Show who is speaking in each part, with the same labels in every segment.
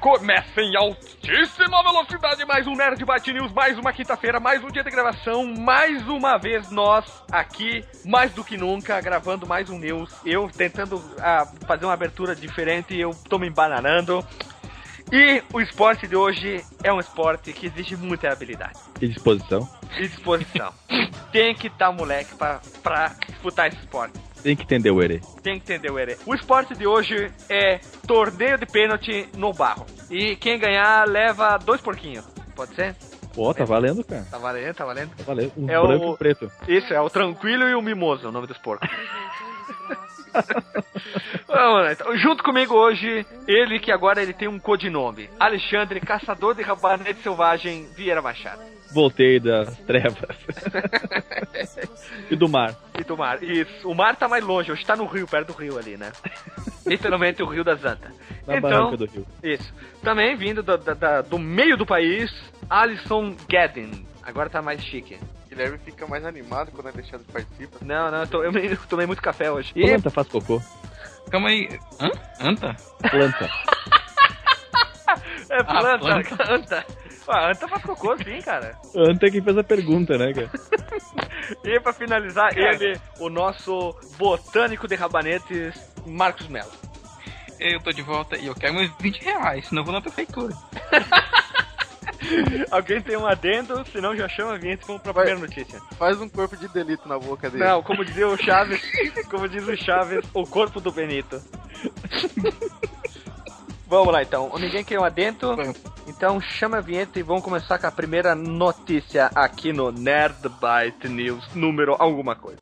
Speaker 1: Começa em altíssima velocidade mais um Nerd Bat News, mais uma quinta-feira, mais um dia de gravação, mais uma vez nós aqui, mais do que nunca, gravando mais um news. Eu tentando ah, fazer uma abertura diferente, eu tô me embananando. E o esporte de hoje é um esporte que exige muita habilidade
Speaker 2: E disposição.
Speaker 1: e disposição. Tem que estar moleque pra, pra disputar esse esporte.
Speaker 2: Tem que entender o Ere.
Speaker 1: Tem que entender o erê. O esporte de hoje é torneio de pênalti no barro. E quem ganhar leva dois porquinhos. Pode ser?
Speaker 2: Pô, tá valendo, cara.
Speaker 1: Tá valendo, tá valendo.
Speaker 2: Tá valendo. Um
Speaker 1: É o-
Speaker 2: branco e um preto.
Speaker 1: Isso, é o tranquilo e o mimoso, o nome dos porcos. Vamos lá, então. Junto comigo hoje, ele que agora ele tem um codinome. Alexandre, caçador de rabanete selvagem, Vieira Machado.
Speaker 2: Voltei das trevas. e do mar.
Speaker 1: E do mar. Isso, o mar tá mais longe, hoje tá no rio, perto do rio ali, né? Literalmente o rio Então, da Zanta.
Speaker 3: Então,
Speaker 2: Na barranca do rio.
Speaker 1: Isso. Também vindo da- da- da- do meio do país, Alisson Gadden. Agora tá mais chique.
Speaker 4: Guilherme fica mais animado quando é deixado de participar.
Speaker 1: Não, não, eu, to- eu me- eu tomei muito café hoje.
Speaker 2: E...
Speaker 1: E
Speaker 2: Planta faz cocô.
Speaker 3: Calma aí. Hã? Anta?
Speaker 2: Planta.
Speaker 1: é
Speaker 3: Ah,
Speaker 1: planta, anta. Ah, anta faz cocô sim, cara.
Speaker 2: Anta é quem fez a pergunta, né, cara?
Speaker 1: E pra finalizar,
Speaker 3: Cara.
Speaker 1: ele, o nosso botânico de rabanetes, Marcos Melo.
Speaker 3: Eu tô de volta e eu quero meus 20 reais, senão eu vou na prefeitura.
Speaker 1: Alguém tem um adendo, senão já chama a vinheta e vamos pra
Speaker 4: Vai.
Speaker 1: primeira notícia.
Speaker 4: Faz um corpo de delito na boca dele.
Speaker 1: Não, como dizia o Chaves, como diz o Chaves, o corpo do Benito. vamos lá então. Ninguém quer um adentro? Então chama a vinheta e vamos começar com a primeira notícia aqui no Nerd Byte News, número alguma coisa.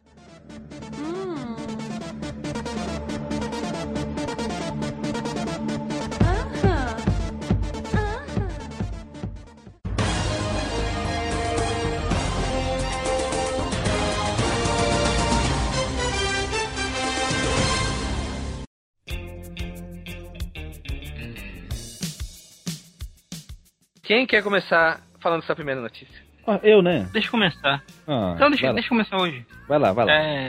Speaker 1: Quem quer começar falando essa primeira notícia?
Speaker 2: Ah, eu, né?
Speaker 3: Deixa eu começar.
Speaker 2: Ah,
Speaker 3: Então, deixa,
Speaker 2: vai,
Speaker 3: deixa eu começar hoje.
Speaker 2: lá. vai lá, vai lá.
Speaker 3: É,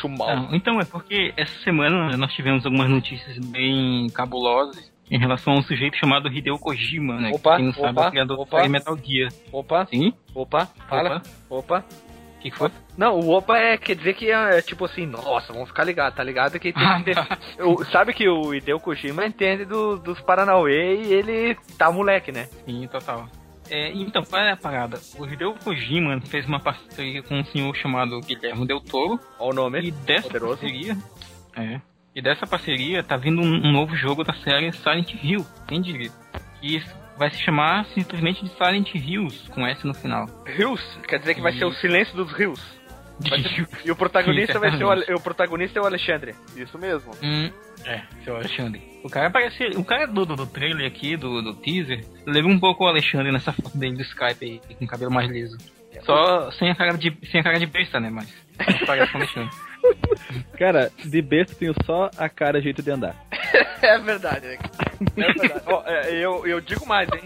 Speaker 1: Chumal.
Speaker 3: não, então, é porque essa semana nós tivemos algumas notícias bem cabulosas em relação a um sujeito chamado Hideo Kojima, né?
Speaker 1: Opa,
Speaker 3: Quem não sabe é
Speaker 1: opa,
Speaker 3: o criador
Speaker 1: opa.
Speaker 3: da série Metal Gear.
Speaker 1: Opa,
Speaker 3: Sim?
Speaker 1: opa, fala,
Speaker 3: Opa.
Speaker 1: opa.
Speaker 3: O que que foi?
Speaker 1: Não, o opa é, quer dizer que é, é tipo assim, nossa, vamos ficar ligados, tá ligado? Que tem que ter-
Speaker 3: Ah,
Speaker 1: Eu- sabe que o Hideo Kojima entende do- dos Paranauê e ele tá moleque, né?
Speaker 3: Sim, total. É, então, qual é a parada? O Hideo Kojima fez uma parceria com um senhor chamado Guilherme Del Toro,
Speaker 1: Olha o nome.
Speaker 3: E dessa
Speaker 1: É Poderoso.
Speaker 3: parceria. É. E dessa parceria tá vindo um, um novo jogo da série Silent Hill, quem diria? Que isso vai se chamar simplesmente de Silent Hills, com S no final.
Speaker 1: Rios, quer dizer que vai ser o silêncio dos rios. Vai ser- E o protagonista
Speaker 3: Sim,
Speaker 1: vai ser o, Ale- o protagonista é o Alexandre.
Speaker 4: Isso mesmo.
Speaker 3: Hum, é, seu Alexandre. O cara parece. O cara do, do, do trailer aqui, do, do teaser, lembra um pouco o Alexandre nessa foto dele do Skype aí, com o cabelo mais liso.
Speaker 1: É,
Speaker 3: Só sem a cara de, sem a cara de besta, né? Mas. Parece com o Alexandre. É.
Speaker 2: Cara, de besta tenho só a cara e jeito de andar.
Speaker 1: É verdade, né? É verdade. Ó, é, eu, eu digo mais, hein?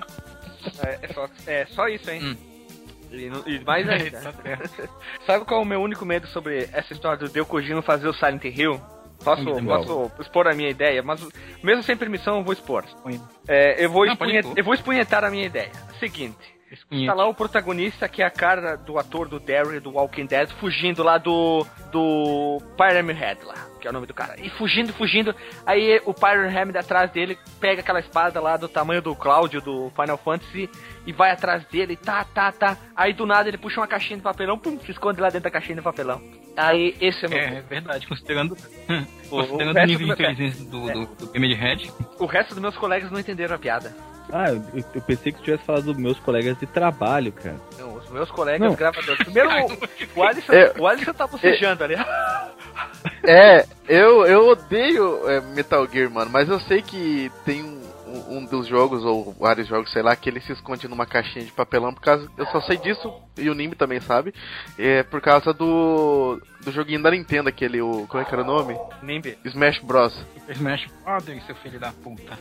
Speaker 1: É, é só, é só isso, hein?
Speaker 3: Hum.
Speaker 1: E, no- e mais ainda.
Speaker 3: Tá certo.
Speaker 1: Sabe qual é o meu único medo sobre essa história do Deu Kojima fazer o Silent Hill? Posso,
Speaker 3: Hum,
Speaker 1: posso expor a minha ideia, mas mesmo sem permissão eu vou expor.
Speaker 3: Com ele.
Speaker 1: É, eu, vou
Speaker 3: Não, pode
Speaker 1: espunhe-
Speaker 3: expor.
Speaker 1: eu vou espunhetar a minha ideia. Seguinte,
Speaker 3: Esse punhete.
Speaker 1: tá lá o protagonista que é a cara do ator do Derry do Walking Dead fugindo lá do do Pyramid Head lá, que é o nome do cara. E fugindo, fugindo, aí o Pyramid Head atrás dele pega aquela espada lá do tamanho do Cláudio do Final Fantasy e vai atrás dele, tá, tá, tá. Aí do nada ele puxa uma caixinha de papelão, pum, se esconde lá dentro da caixinha de papelão. Aí esse é o meu
Speaker 3: É, é verdade, considerando,
Speaker 1: o
Speaker 3: considerando o
Speaker 1: resto
Speaker 3: nível de
Speaker 1: do meu- é.
Speaker 3: inteligência do, do, do Game de Red,
Speaker 1: O resto dos meus colegas não entenderam a piada.
Speaker 2: Ah, eu, eu pensei que tu tivesse falado dos meus colegas de trabalho, cara.
Speaker 1: Não, Então, os meus colegas
Speaker 2: Não.
Speaker 1: gravadores. Primeiro, o, o Alisson,
Speaker 4: É.
Speaker 1: o Alisson tá bocejando ali.
Speaker 4: É, eu, eu odeio é, Metal Gear, mano, mas eu sei que tem um, um- um dos jogos, ou vários jogos, sei lá, que ele se esconde numa caixinha de papelão por causa. Eu só sei disso, e o Nimbi também sabe, é por causa do. do joguinho da Nintendo, aquele. O, como é que era o nome?
Speaker 1: Nimbi.
Speaker 4: Smash Bros.
Speaker 3: Super Smash Brothers, seu filho da puta.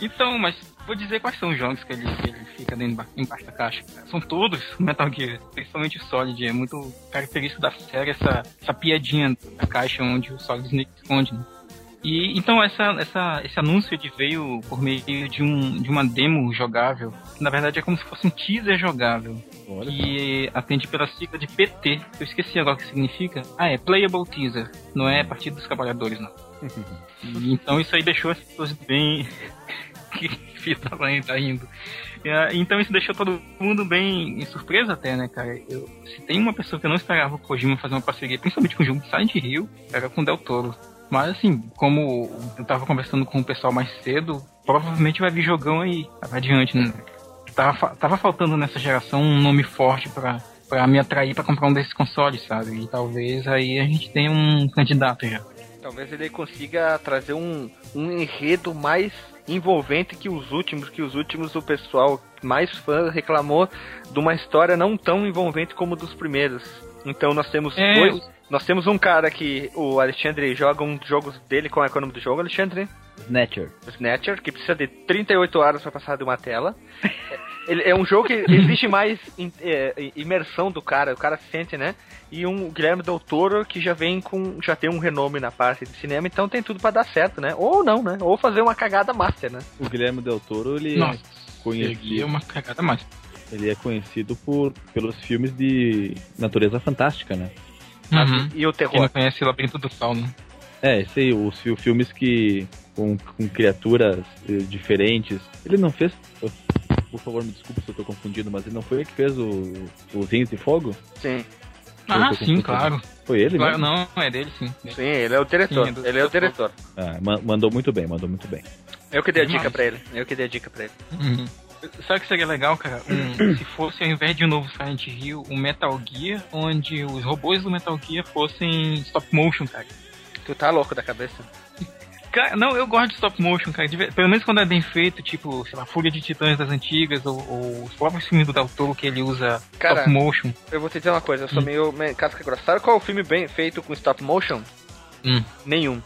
Speaker 3: Então, mas vou dizer quais são os jogos que ele, que ele fica dentro ba- embaixo da caixa. São todos Metal Gear, principalmente o Solid. É muito característico da série essa, essa piadinha da caixa onde o Solid Snake esconde. Né? E então essa, essa, esse anúncio ele veio por meio de, um, de uma demo jogável. que, Na verdade é como se fosse um teaser jogável.
Speaker 2: Olha.
Speaker 3: Que atende pela sigla de PT. Eu esqueci agora o que significa. Ah, é Playable Teaser. Não é Partido dos Trabalhadores, não. E, então isso aí deixou as pessoas bem. que fita lá, hein, tá rindo. É, Então isso deixou todo mundo bem surpreso até, né, cara? Eu, se tem uma pessoa que eu não esperava o Kojima fazer uma parceria, principalmente com o jogo de Silent Hill, era com o Del Toro. Mas assim, como eu tava conversando com o pessoal mais cedo, provavelmente vai vir jogão aí adiante, né? Tava, fa- tava faltando nessa geração um nome forte pra, pra me atrair pra comprar um desses consoles, sabe? E talvez aí a gente tenha um candidato já.
Speaker 1: Talvez ele consiga trazer um, um enredo mais envolvente que os últimos, que os últimos o pessoal mais fã reclamou de uma história não tão envolvente como dos primeiros. Então nós temos
Speaker 3: É,
Speaker 1: dois, nós temos um cara que o Alexandre joga um dos jogos dele, qual é o nome do jogo, Alexandre?
Speaker 2: Snatcher.
Speaker 1: Snatcher, que precisa de 38 horas para passar de uma tela. Ele é um jogo que exige mais in- é, imersão do cara, o cara sente, né? E um Guilherme Del Toro que já vem com. já tem um renome na parte de cinema, então tem tudo pra dar certo, né? Ou não, né? Ou fazer uma cagada master, né?
Speaker 2: O Guilherme Del Toro, ele,
Speaker 3: Nossa,
Speaker 2: conhecido.
Speaker 3: peguei uma cagada mais.
Speaker 2: ele é conhecido por, pelos filmes de natureza fantástica, né?
Speaker 3: Uhum.
Speaker 1: E o
Speaker 3: Quem não
Speaker 1: terror.
Speaker 3: conhece Labirinto do né? Fauno.
Speaker 2: É, esse aí, os fi- filmes que. com, com criaturas eh, diferentes. Ele não fez. Por favor, me desculpe se eu tô confundindo, mas ele não foi ele que fez o, o Zinhos de Fogo?
Speaker 1: Sim,
Speaker 3: Ah,
Speaker 2: tô
Speaker 3: sim,
Speaker 2: confundindo.
Speaker 3: claro.
Speaker 2: Foi ele,
Speaker 3: Claro,
Speaker 2: né?
Speaker 3: não, é dele sim.
Speaker 1: sim, ele é o diretor.
Speaker 3: Sim, é do-
Speaker 1: ele é o diretor.
Speaker 2: Ah, ma- mandou muito bem, mandou muito bem.
Speaker 1: Eu que dei a
Speaker 3: Demais.
Speaker 1: dica pra ele. Eu que dei a dica pra ele.
Speaker 3: Uhum. Sabe o que seria legal, cara? Um- se fosse, ao invés de um novo Silent Hill, um Metal Gear, onde os robôs do Metal Gear fossem stop motion, cara.
Speaker 1: Tu tá louco da cabeça.
Speaker 3: Cara, não, eu gosto de stop motion, cara. De ver- Pelo menos quando é bem feito, tipo, sei lá, Fúria de Titãs das Antigas, ou, ou os próprios filmes do Del Toro que ele usa
Speaker 1: Cara,
Speaker 3: stop motion.
Speaker 1: eu vou te dizer uma coisa,
Speaker 3: Hum.
Speaker 1: eu sou meio meio casca grossa. Sabe qual é o filme bem feito com stop motion?
Speaker 3: Hum.
Speaker 1: Nenhum.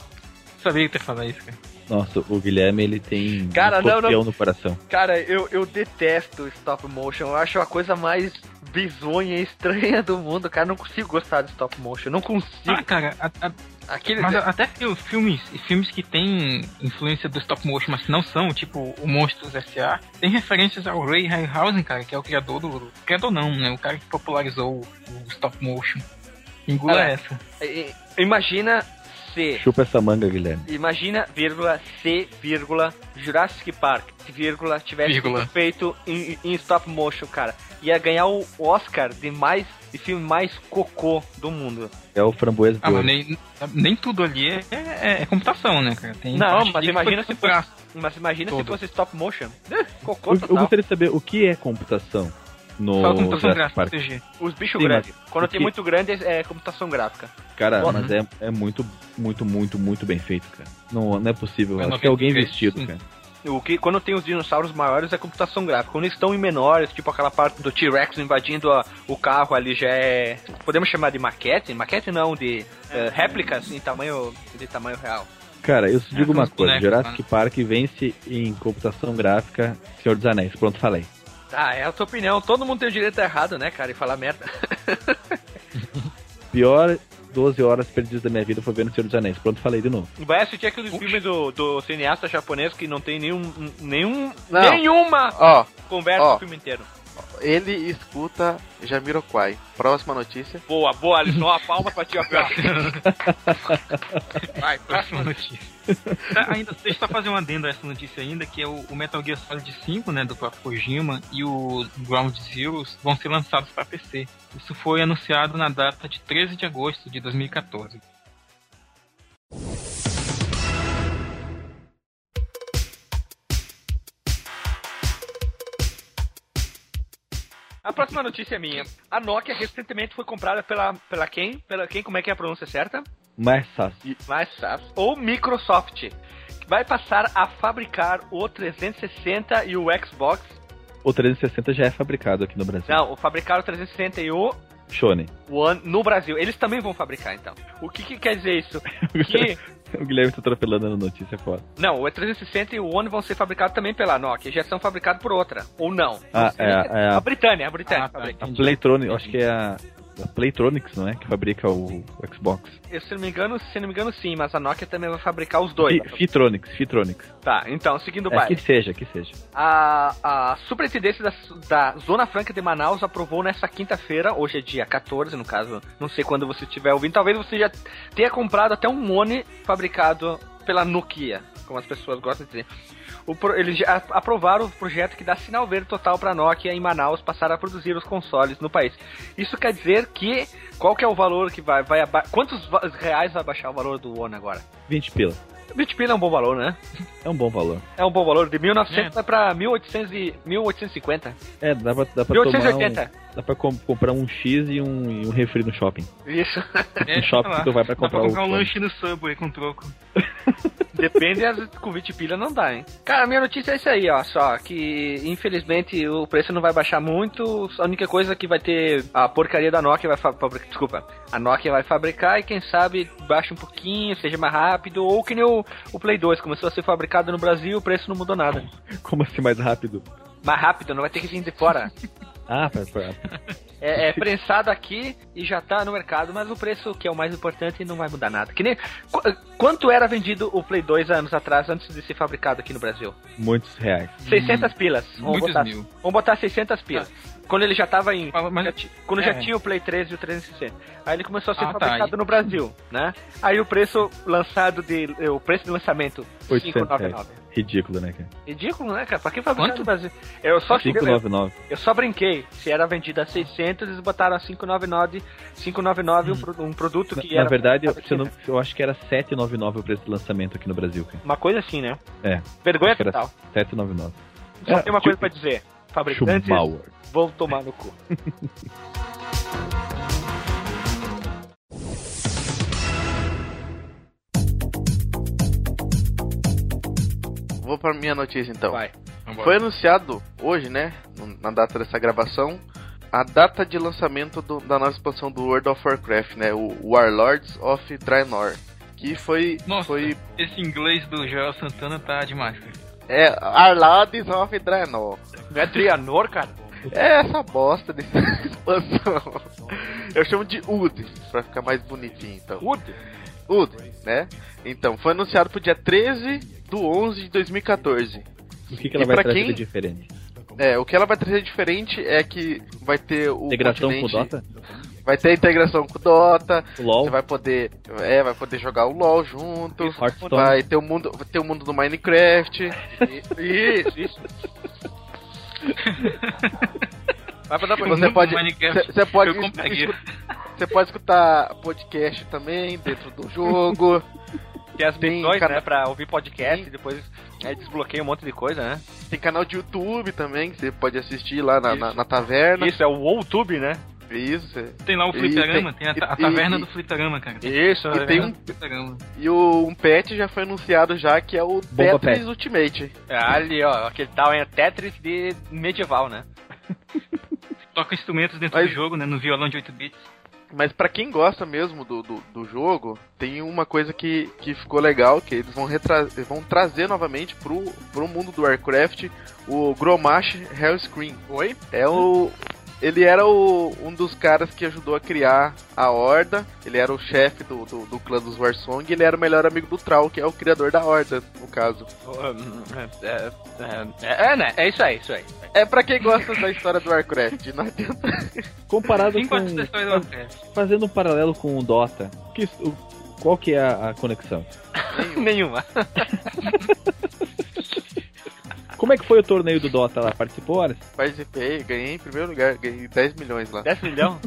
Speaker 3: Sabia que tu ia falar isso, cara.
Speaker 2: Nossa, o Guilherme, ele tem
Speaker 1: Cara,
Speaker 2: um
Speaker 1: não,
Speaker 2: escorpião no coração.
Speaker 1: Cara, eu, eu detesto stop motion. Eu acho a coisa mais bizonha e estranha do mundo. Cara, eu não consigo gostar de stop motion. eu Não consigo.
Speaker 3: Ah, cara, a- a-
Speaker 1: Aquele.
Speaker 3: mas a- até fil- filmes, filmes que têm influência do stop motion, mas que não são, tipo o Monstros S.A., tem referências ao Ray Harryhausen, cara, que é o criador do... Criador não, né? O cara que popularizou o stop motion. Engula
Speaker 1: Cara,
Speaker 3: essa.
Speaker 1: i- i- É, Imagina se.
Speaker 2: Chupa essa manga, Guilherme.
Speaker 1: Imagina, vírgula, se, vírgula, Jurassic Park, vírgula, tivesse sido
Speaker 3: Vírgula.
Speaker 1: feito em, em stop motion, cara. Ia ganhar o Oscar de mais de filme mais cocô do mundo.
Speaker 2: É o framboesa
Speaker 3: Ah,
Speaker 2: de
Speaker 3: mas
Speaker 2: ouro.
Speaker 3: nem, nem tudo ali é, é- é computação, né, cara? Tem
Speaker 1: Não,
Speaker 3: parte
Speaker 1: mas
Speaker 3: ali que foi
Speaker 1: imagina se
Speaker 3: feito
Speaker 1: fosse-
Speaker 3: pra-
Speaker 1: Mas imagina se
Speaker 3: Todo.
Speaker 1: fosse stop motion. Cocô
Speaker 2: Eu, eu
Speaker 1: total.
Speaker 2: gostaria de saber o que é computação no
Speaker 3: Fala
Speaker 4: tá
Speaker 3: computação
Speaker 2: Jurassic
Speaker 3: gráfica,
Speaker 2: Park.
Speaker 3: CG.
Speaker 1: Os bichos
Speaker 2: Sim,
Speaker 1: grandes. Quando tem
Speaker 2: porque-
Speaker 1: muito grande é é computação gráfica.
Speaker 2: Cara,
Speaker 1: Uhum.
Speaker 2: mas é, é muito, muito, muito, muito bem feito, cara. Não, não é possível.
Speaker 3: Foi
Speaker 2: Acho que é alguém
Speaker 3: 93,
Speaker 2: vestido,
Speaker 3: sim.
Speaker 2: cara.
Speaker 1: O que, quando tem os dinossauros maiores é computação gráfica. Quando eles estão em menores, tipo aquela parte do T-Rex invadindo a- o carro ali, já é. Podemos chamar de maquete? Maquete não, de eh, réplicas em tamanho, de tamanho real.
Speaker 2: Cara, eu te
Speaker 3: É,
Speaker 2: digo
Speaker 3: com
Speaker 2: uma
Speaker 3: os
Speaker 2: coisa:
Speaker 3: bonecos, né?
Speaker 2: Jurassic Park vence em computação gráfica Senhor dos Anéis. Pronto, falei.
Speaker 1: Ah, é a tua opinião. Todo mundo tem o direito a errado, né, cara? E falar merda.
Speaker 2: Pior 12 horas perdidas da minha vida foi vendo Senhor dos Anéis. Pronto, falei de novo.
Speaker 1: Vai assistir aqueles
Speaker 3: Puxa.
Speaker 1: filmes do, do cineasta japonês que não tem nenhum. nenhum
Speaker 4: Não.
Speaker 1: nenhuma
Speaker 4: Ó,
Speaker 1: conversa
Speaker 4: Ó.
Speaker 1: no filme inteiro.
Speaker 4: ele escuta Jamiroquai. Próxima notícia.
Speaker 1: Boa, boa, Alisson. Uma palma pra ti, ó. Vai,
Speaker 3: É, Próxima notícia. Tá, ainda, deixa eu só fazer um adendo a essa notícia ainda, que é o, o Metal Gear Solid 5, né, do próprio Kojima, e o Ground Zeroes vão ser lançados para PC. Isso foi anunciado na data de 13 de agosto de 2014.
Speaker 1: A próxima notícia é minha. A Nokia recentemente foi comprada pela, pela quem? Pela quem? Como é que é a pronúncia certa?
Speaker 2: Mas tá, fácil.
Speaker 1: Mais Ou Microsoft, que vai passar a fabricar o 360 e o Xbox.
Speaker 2: O 360 já é fabricado aqui no Brasil.
Speaker 1: Não, o fabricar o 360 e o
Speaker 2: Shone.
Speaker 1: One no Brasil. Eles também vão fabricar, então. O que, que quer dizer isso? Que
Speaker 2: O Guilherme tá atropelando a notícia fora.
Speaker 1: não, o 360 e o One vão ser fabricados também pela Nokia. Já são fabricados por outra, ou não?
Speaker 2: Ah, é, é a
Speaker 1: A Britânia, a Britânia.
Speaker 3: Ah, tá.
Speaker 1: fabrica.
Speaker 2: A
Speaker 3: Entendi.
Speaker 2: Playtron, eu acho que é a da Playtronics, não é? Que fabrica o Xbox.
Speaker 1: Eu, se não me engano, se não me engano, sim, mas a Nokia também vai fabricar os dois.
Speaker 2: Fi- Fitronics, Fitronics.
Speaker 1: Tá, então, seguindo o
Speaker 2: É, que
Speaker 1: baile.
Speaker 2: seja, que seja.
Speaker 1: A, a superintendência da, da Zona Franca de Manaus aprovou nesta quinta-feira, hoje é dia 14, no caso, não sei quando você estiver ouvindo, talvez você já tenha comprado até um Mone fabricado pela Nokia, como as pessoas gostam de dizer. O pro- eles já aprovaram o projeto que dá sinal verde total para a Nokia em Manaus passar a produzir os consoles no país. Isso quer dizer que qual que é o valor que vai, vai aba- quantos va- reais vai baixar o valor do One agora?
Speaker 2: 20 pila.
Speaker 1: 20 pila é um bom valor, né?
Speaker 2: É um bom valor.
Speaker 1: É um bom valor, de 1900 vai pra 1800 e, 1850.
Speaker 2: É, dá pra, dá pra tomar
Speaker 1: 1880.
Speaker 2: um, Dá pra com- comprar um X e um, e um refri no shopping.
Speaker 1: Isso.
Speaker 3: É,
Speaker 2: Tá No shopping
Speaker 3: sei lá.
Speaker 2: tu vai pra
Speaker 3: Dá pra
Speaker 2: comprar,
Speaker 3: comprar
Speaker 2: o
Speaker 3: um lanche no Subway com troco.
Speaker 1: Depende, às vezes com 20 pila não dá, hein? Cara, minha notícia é isso aí, ó. Só que infelizmente o preço não vai baixar muito. A única coisa que vai ter a porcaria da Nokia vai fabricar. Desculpa. A Nokia vai fabricar e quem sabe baixa um pouquinho, seja mais rápido. Ou que nem o, o Play 2 começou a ser fabricado no Brasil, o preço não mudou nada.
Speaker 2: Como assim mais rápido?
Speaker 1: Mais rápido, não vai ter que vir de fora.
Speaker 2: Ah, pra, pra-
Speaker 1: É, é prensado aqui e já tá no mercado, mas o preço que é o mais importante não vai mudar nada. Que nem qu- quanto era vendido o Play 2 anos atrás antes de ser fabricado aqui no Brasil?
Speaker 2: muitos reais.
Speaker 1: 600 pilas. Vamos
Speaker 3: Hum, Muitos
Speaker 1: botar,
Speaker 4: assim.
Speaker 3: mil. Tá.
Speaker 1: vamos botar 600 pilas. Quando ele já tava em
Speaker 3: Mas- mas-
Speaker 1: já ti- quando
Speaker 3: é.
Speaker 1: já tinha o Play 3 e o 360. Aí ele começou a ser
Speaker 3: Ah, tá.
Speaker 1: fabricado no Brasil, né? Aí o preço lançado de o preço de lançamento
Speaker 2: 800 reais.
Speaker 1: 599.
Speaker 2: Ridículo, né, cara?
Speaker 1: Ridículo, né, cara? Pra que fabricar
Speaker 3: Quanto?
Speaker 1: no Brasil? Eu só cheguei,
Speaker 2: 599.
Speaker 1: eu só brinquei. Se era vendido a 600, eles botaram a 599, 599 um pro- um, produto que
Speaker 2: Hum. Na,
Speaker 1: era...
Speaker 2: na verdade, eu, se eu, não, eu acho que era 799 o preço do lançamento aqui no Brasil, cara.
Speaker 1: Uma coisa assim, né?
Speaker 2: É.
Speaker 1: Vergonha
Speaker 2: Acho que era
Speaker 1: total.
Speaker 2: 799.
Speaker 1: Só
Speaker 2: É,
Speaker 1: tem uma
Speaker 2: tipo-
Speaker 1: coisa pra dizer. Fabricantes
Speaker 2: Schumauer.
Speaker 1: vão tomar no cu.
Speaker 4: Vou pra minha notícia então.
Speaker 1: Vai.
Speaker 4: Foi anunciado hoje, né? Na data dessa gravação, a data de lançamento do- da nova expansão do World of Warcraft, né? O Warlords of Draenor. Que foi.
Speaker 3: Nossa.
Speaker 4: foi
Speaker 3: Esse inglês do Joel Santana tá demais, cara.
Speaker 4: é. Warlords of Draenor.
Speaker 1: Não é Trianor, cara?
Speaker 4: É essa bosta dessa expansão. Eu chamo de UD, pra ficar mais bonitinho então.
Speaker 1: Puta.
Speaker 4: UD, né? Então, foi anunciado pro dia 13 do 11 de 2014.
Speaker 2: O que, que
Speaker 4: E
Speaker 2: ela vai
Speaker 4: pra
Speaker 2: trazer
Speaker 4: quem-
Speaker 2: de diferente?
Speaker 4: É, o que ela vai trazer diferente é que vai ter o.
Speaker 2: Integração com o
Speaker 4: continente-
Speaker 2: Dota?
Speaker 4: Vai ter a integração com o Dota,
Speaker 2: O LOL?
Speaker 4: você vai poder. É, vai poder jogar o LOL junto.
Speaker 2: Hearthstone?
Speaker 4: Vai ter o mundo. Vai ter o mundo do Minecraft.
Speaker 1: Isso, isso. Vai pra dar pra
Speaker 4: Você
Speaker 3: mundo
Speaker 4: pode.
Speaker 3: do Minecraft.
Speaker 4: Você pode.
Speaker 3: Eu compraria.
Speaker 4: escu- Você pode escutar podcast também dentro do jogo.
Speaker 1: Tem as
Speaker 4: Tem,
Speaker 1: missões,
Speaker 4: cara.
Speaker 1: né? Pra ouvir podcast,
Speaker 4: Sim.
Speaker 1: depois é, desbloqueia um monte de coisa, né?
Speaker 4: Tem canal de YouTube também, que você pode assistir lá na, na, na taverna. É
Speaker 1: Isso, é o YouTube, né?
Speaker 4: Isso. você-
Speaker 3: Tem lá o
Speaker 4: E
Speaker 3: fliperama, tem a, ta- a
Speaker 4: e-
Speaker 3: taverna
Speaker 4: e-
Speaker 3: do fliperama, cara.
Speaker 1: Isso, né?
Speaker 4: E tem
Speaker 3: Taverna
Speaker 4: um-
Speaker 3: do fliperama.
Speaker 4: E o, um pet já foi anunciado já, que é o
Speaker 2: Bomba
Speaker 4: Tetris
Speaker 2: Pet.
Speaker 4: Ultimate.
Speaker 1: É, Ali, ó, aquele tal é Tetris de medieval, né?
Speaker 3: Toca instrumentos dentro
Speaker 4: Mas-
Speaker 3: do jogo, né? No violão de 8 bits.
Speaker 4: Mas pra quem gosta mesmo do, do, do jogo, tem uma coisa que, que ficou legal, que eles vão, retra eles vão trazer novamente pro, pro mundo do Warcraft o Gromash Hellscream.
Speaker 1: Oi?
Speaker 4: É o. Ele era o, um dos caras que ajudou a criar a Horda. Ele era o chefe do, do, do clã dos Warsong. E ele era o melhor amigo do Troll, que é o criador da Horda, no caso.
Speaker 1: Hum, É, é, é, né? É isso aí, isso aí.
Speaker 4: É pra quem gosta da história do Warcraft. né? Não adianta.
Speaker 2: Comparado
Speaker 3: Quem
Speaker 2: com...
Speaker 3: gosta da história do Warcraft?
Speaker 2: Fazendo um paralelo com o Dota, que isso- o- qual que é a, a conexão?
Speaker 1: Nenhuma.
Speaker 2: Como é que foi o torneio do Dota lá? Participou, Aras?
Speaker 4: Participei, ganhei em primeiro lugar, ganhei 10 milhões lá.
Speaker 1: 10 milhão?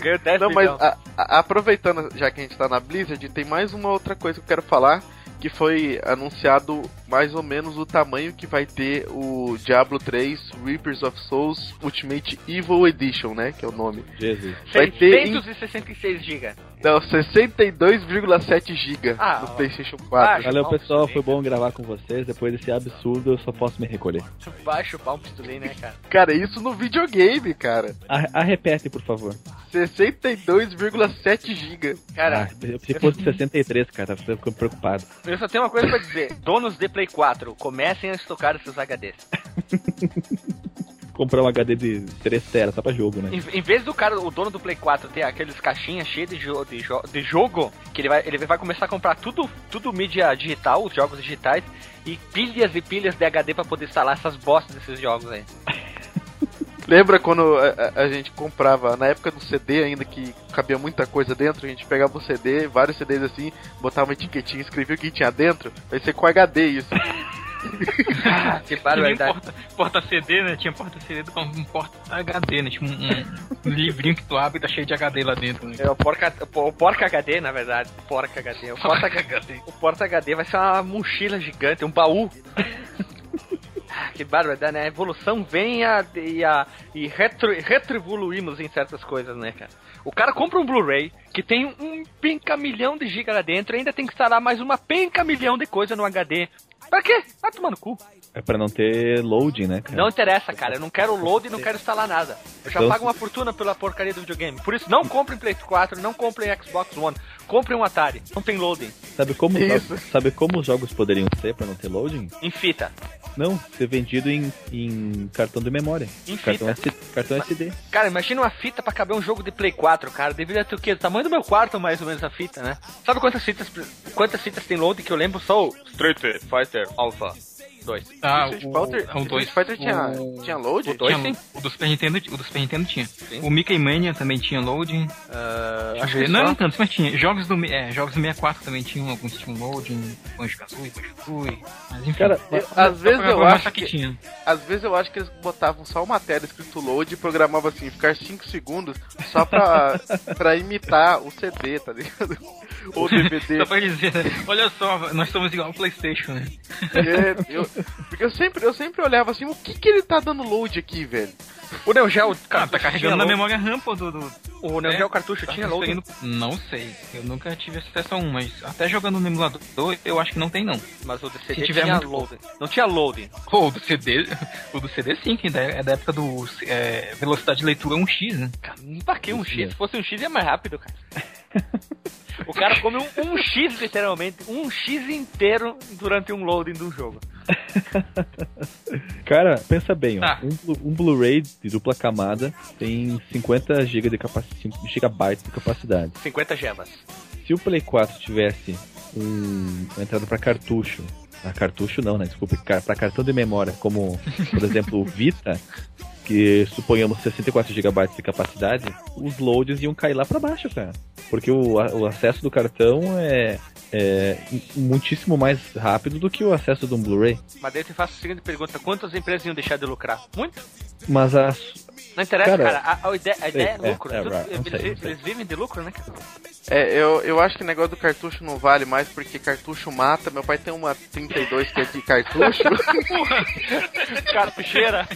Speaker 1: Ganhou 10
Speaker 4: Não, mas
Speaker 1: milhão.
Speaker 4: a- a- aproveitando, já que a gente tá na Blizzard, tem mais uma outra coisa que eu quero falar, que foi anunciado mais ou menos o tamanho que vai ter o Diablo 3 Reapers of Souls Ultimate Evil Edition, né, que é o nome. Então,
Speaker 2: Jesus.
Speaker 4: vai ter em-
Speaker 1: 666 GB.
Speaker 4: Não, 62,7 GB
Speaker 1: Ah,
Speaker 4: no
Speaker 1: ó.
Speaker 4: PlayStation 4.
Speaker 1: Baixo.
Speaker 2: Valeu,
Speaker 1: mal,
Speaker 2: pessoal.
Speaker 1: sim.
Speaker 2: Foi bom gravar com vocês. Depois desse absurdo, eu só posso me recolher.
Speaker 1: Vai chupar um pistolei, né, cara?
Speaker 4: Cara, isso no videogame, cara.
Speaker 2: A, a repete, por favor.
Speaker 4: 62,7 GB.
Speaker 1: Cara,
Speaker 2: Ah, se fosse 63, cara, eu fico preocupado.
Speaker 1: eu só tenho uma coisa pra dizer. Donos de Play 4, comecem a estocar seus HDs.
Speaker 2: comprar um HD de 3 tera só pra jogo, né?
Speaker 1: Em, em vez do cara, o dono do Play 4 ter aqueles caixinhas cheios de, jo de, jo- de jogo, que ele vai, ele vai começar a comprar tudo, tudo mídia digital, os jogos digitais, e pilhas e pilhas de HD pra poder instalar essas bostas desses jogos aí.
Speaker 4: Lembra quando a, a- a gente comprava, na época do CD ainda, que cabia muita coisa dentro, a gente pegava o CD, vários CDs assim, botava uma etiquetinha, escrevia o que tinha dentro, aí você com HD isso.
Speaker 1: Ah, que
Speaker 3: Tinha nem
Speaker 1: barbaridade.
Speaker 3: porta, porta CD, né? Tinha porta CD com um porta HD, né? Tinha um, um livrinho que tu abre e tá cheio de HD lá dentro, né?
Speaker 1: É, o, porca, o porca HD, na verdade. Porca HD. O porta HD. O porta HD vai ser uma mochila gigante, um baú. Ah, que barbaridade, né? A evolução vem a, e, a, e retro, retroevoluímos em certas coisas, né, cara? O cara compra um Blu-ray que tem um penca milhão de giga lá dentro e ainda tem que instalar mais uma penca milhão de coisa no HD. Pra quê? Vai tomar no cu.
Speaker 2: É pra não ter loading, né, cara?
Speaker 1: É. Não interessa, cara. Eu não quero load e não quero instalar nada. Eu já
Speaker 2: Então-
Speaker 1: pago uma fortuna pela porcaria do videogame. Por isso, não comprem Play 4, não comprem Xbox One. Comprem um Atari. Não tem loading.
Speaker 2: Sabe, como os
Speaker 4: Isso.
Speaker 2: jogos- sabe como os jogos poderiam ser pra não ter loading?
Speaker 1: Em fita.
Speaker 2: Não, ser vendido em, em cartão de memória.
Speaker 1: Em
Speaker 2: cartão,
Speaker 1: fita.
Speaker 2: S- cartão SD.
Speaker 1: Cara, imagina uma fita pra caber um jogo de Play 4, cara. Deveria ter o quê? Do tamanho do meu quarto, mais ou menos, a fita, né? Sabe quantas fitas, quantas fitas tem loading que eu lembro? Só o Street Fighter Alpha 2.
Speaker 3: Ah,
Speaker 4: Street
Speaker 3: o,
Speaker 4: Fighter,
Speaker 3: é um dois.
Speaker 4: Street Fighter tinha,
Speaker 3: O-
Speaker 4: tinha load?
Speaker 1: o dois,
Speaker 3: tinha- um,
Speaker 1: sim.
Speaker 3: o do Super Nintendo, o do Super Nintendo tinha. O Mickey Mania também tinha loading.
Speaker 1: Ah,
Speaker 3: Deixa eu
Speaker 1: acho
Speaker 3: ver.
Speaker 1: que
Speaker 3: não,
Speaker 1: só.
Speaker 3: não tanto, mas tinha. Jogos do, é, jogos do 64 também tinham alguns tinham loading, Banjo Kazooie, Banjo Kazooie. Mas enfim.
Speaker 2: Cara,
Speaker 4: Eu- às vezes
Speaker 3: pra-
Speaker 4: eu
Speaker 3: pra
Speaker 4: acho
Speaker 3: mostrar que
Speaker 4: que,
Speaker 3: tinha.
Speaker 4: às vezes eu acho que eles botavam só uma tela escrito load e programavam assim, ficar 5 segundos só pra, pra imitar o CD, tá ligado? Ou DVD.
Speaker 3: Só pra dizer, né? olha só, nós somos igual ao PlayStation, né?
Speaker 4: É, eu, porque eu sempre, eu sempre olhava assim, o que que ele tá dando load aqui, velho?
Speaker 1: O Neo Geo,
Speaker 3: Cara,
Speaker 1: cartucho
Speaker 3: tá
Speaker 1: tinha
Speaker 3: carregando na
Speaker 1: loading.
Speaker 3: memória RAM, pô, do. do
Speaker 1: O Neo
Speaker 3: É,
Speaker 1: Geo cartucho tinha loading.
Speaker 3: transferindo- Não sei, eu nunca tive acesso a um, mas até jogando no emulador, eu acho que não tem, não.
Speaker 1: Mas o do CD
Speaker 3: Se tiver
Speaker 1: tinha
Speaker 3: muito-
Speaker 1: loading. Não tinha loading.
Speaker 3: Pô, o do CD, o do CD sim, que é da- é da época do é, velocidade de leitura 1x, né?
Speaker 1: Cara, pra que um X?
Speaker 2: mesmo.
Speaker 1: Se fosse um X ia mais rápido, cara. o cara come um, um X, literalmente, um X inteiro durante um loading do jogo.
Speaker 2: Cara, pensa bem, ó.
Speaker 3: Tá.
Speaker 2: Um, Blu- um Blu-ray de dupla camada tem 50 GB de, capaci 5 gigabytes de capacidade.
Speaker 1: 50 gemas.
Speaker 2: Se o Play 4 tivesse um, uma entrada pra cartucho, ah, cartucho não, né? Desculpa, car pra cartão de memória, como por exemplo o Vita, que suponhamos 64 GB de capacidade, os loads iam cair lá pra baixo, cara. Porque o, a- o acesso do cartão é, é mu- muitíssimo mais rápido do que o acesso de um Blu-ray.
Speaker 1: Mas daí eu te faço a seguinte pergunta: quantas empresas iam deixar de lucrar? Muito?
Speaker 2: Mas as,
Speaker 1: Não interessa, cara.
Speaker 2: Cara,
Speaker 1: A, a ideia, a ideia é,
Speaker 2: é,
Speaker 1: lucro.
Speaker 2: é,
Speaker 1: Tudo-
Speaker 2: right, não
Speaker 1: eles,
Speaker 2: sei, não sei.
Speaker 1: eles vivem de lucro, né, cara?
Speaker 4: É, eu, eu acho que o negócio do cartucho não vale mais porque cartucho mata. Meu pai tem uma 32 que é de cartucho.
Speaker 1: Cartucheira.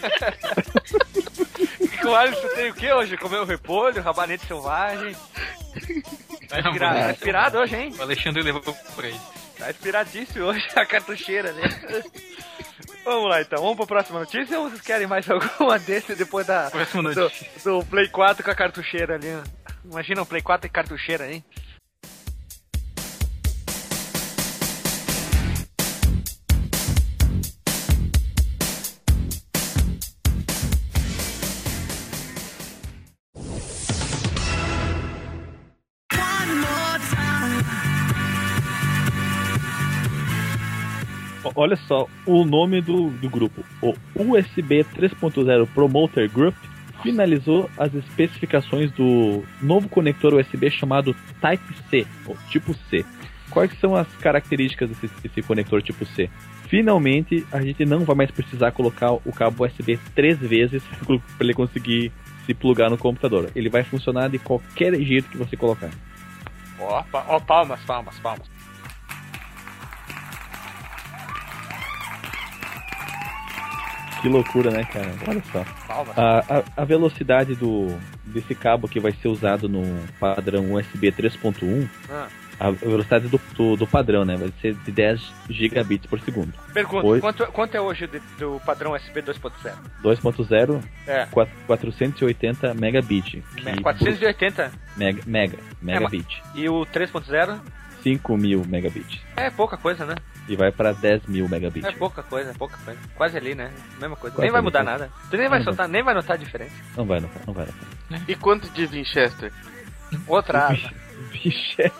Speaker 1: claro, você tem o que hoje? Comeu repolho, rabanete selvagem. Tá inspirado, tá inspirado hoje, hein?
Speaker 3: O Alexandre levou pra ele.
Speaker 1: Tá inspiradíssimo hoje a cartucheira, né? vamos lá então, vamos pra próxima notícia ou vocês querem mais alguma desse depois da,
Speaker 3: Próxima
Speaker 1: do,
Speaker 3: notícia.
Speaker 1: do Play 4 com a cartucheira ali? ó? Imagina um Play 4 e cartucheira, hein?
Speaker 2: O- Olha só o nome do, do grupo. O USB 3.0 Promoter Group finalizou as especificações do novo conector USB chamado Type-C, ou tipo C. Quais são as características desse, desse conector tipo C? Finalmente, a gente não vai mais precisar colocar o cabo USB três vezes para ele conseguir se plugar no computador. Ele vai funcionar de qualquer jeito que você colocar.
Speaker 1: Ó, pa- ó, palmas, palmas, palmas.
Speaker 2: Que loucura, né, cara? Olha só.
Speaker 1: Palmas.
Speaker 2: A, a- a velocidade do, desse cabo que vai ser usado no padrão USB 3.1,
Speaker 1: Ah.
Speaker 2: a velocidade do, do, do padrão, né? Vai ser de 10 gigabits por segundo.
Speaker 1: Pergunta,
Speaker 2: Oi?
Speaker 1: quanto, quanto é hoje de- do padrão USB 2.0?
Speaker 2: 2.0,
Speaker 1: É.
Speaker 2: quat- 480
Speaker 1: Né,
Speaker 2: megabit. que-
Speaker 1: 480 É,
Speaker 2: Mega, mega, megabit.
Speaker 1: e o 3.0?
Speaker 2: 5 mil megabits.
Speaker 1: É pouca coisa, né?
Speaker 2: E vai pra 10 mil megabits.
Speaker 1: É pouca coisa, é pouca coisa. Quase ali, né? Mesma coisa.
Speaker 2: Quase
Speaker 1: nem vai
Speaker 2: ali, né?
Speaker 1: mudar
Speaker 2: quase.
Speaker 1: nada. Tu nem vai
Speaker 2: Não,
Speaker 1: soltar, nem vai notar a diferença.
Speaker 2: Não vai, não vai, não vai. Não vai.
Speaker 4: E quanto de Winchester?
Speaker 1: Outra asa.
Speaker 2: Vixe, vixe.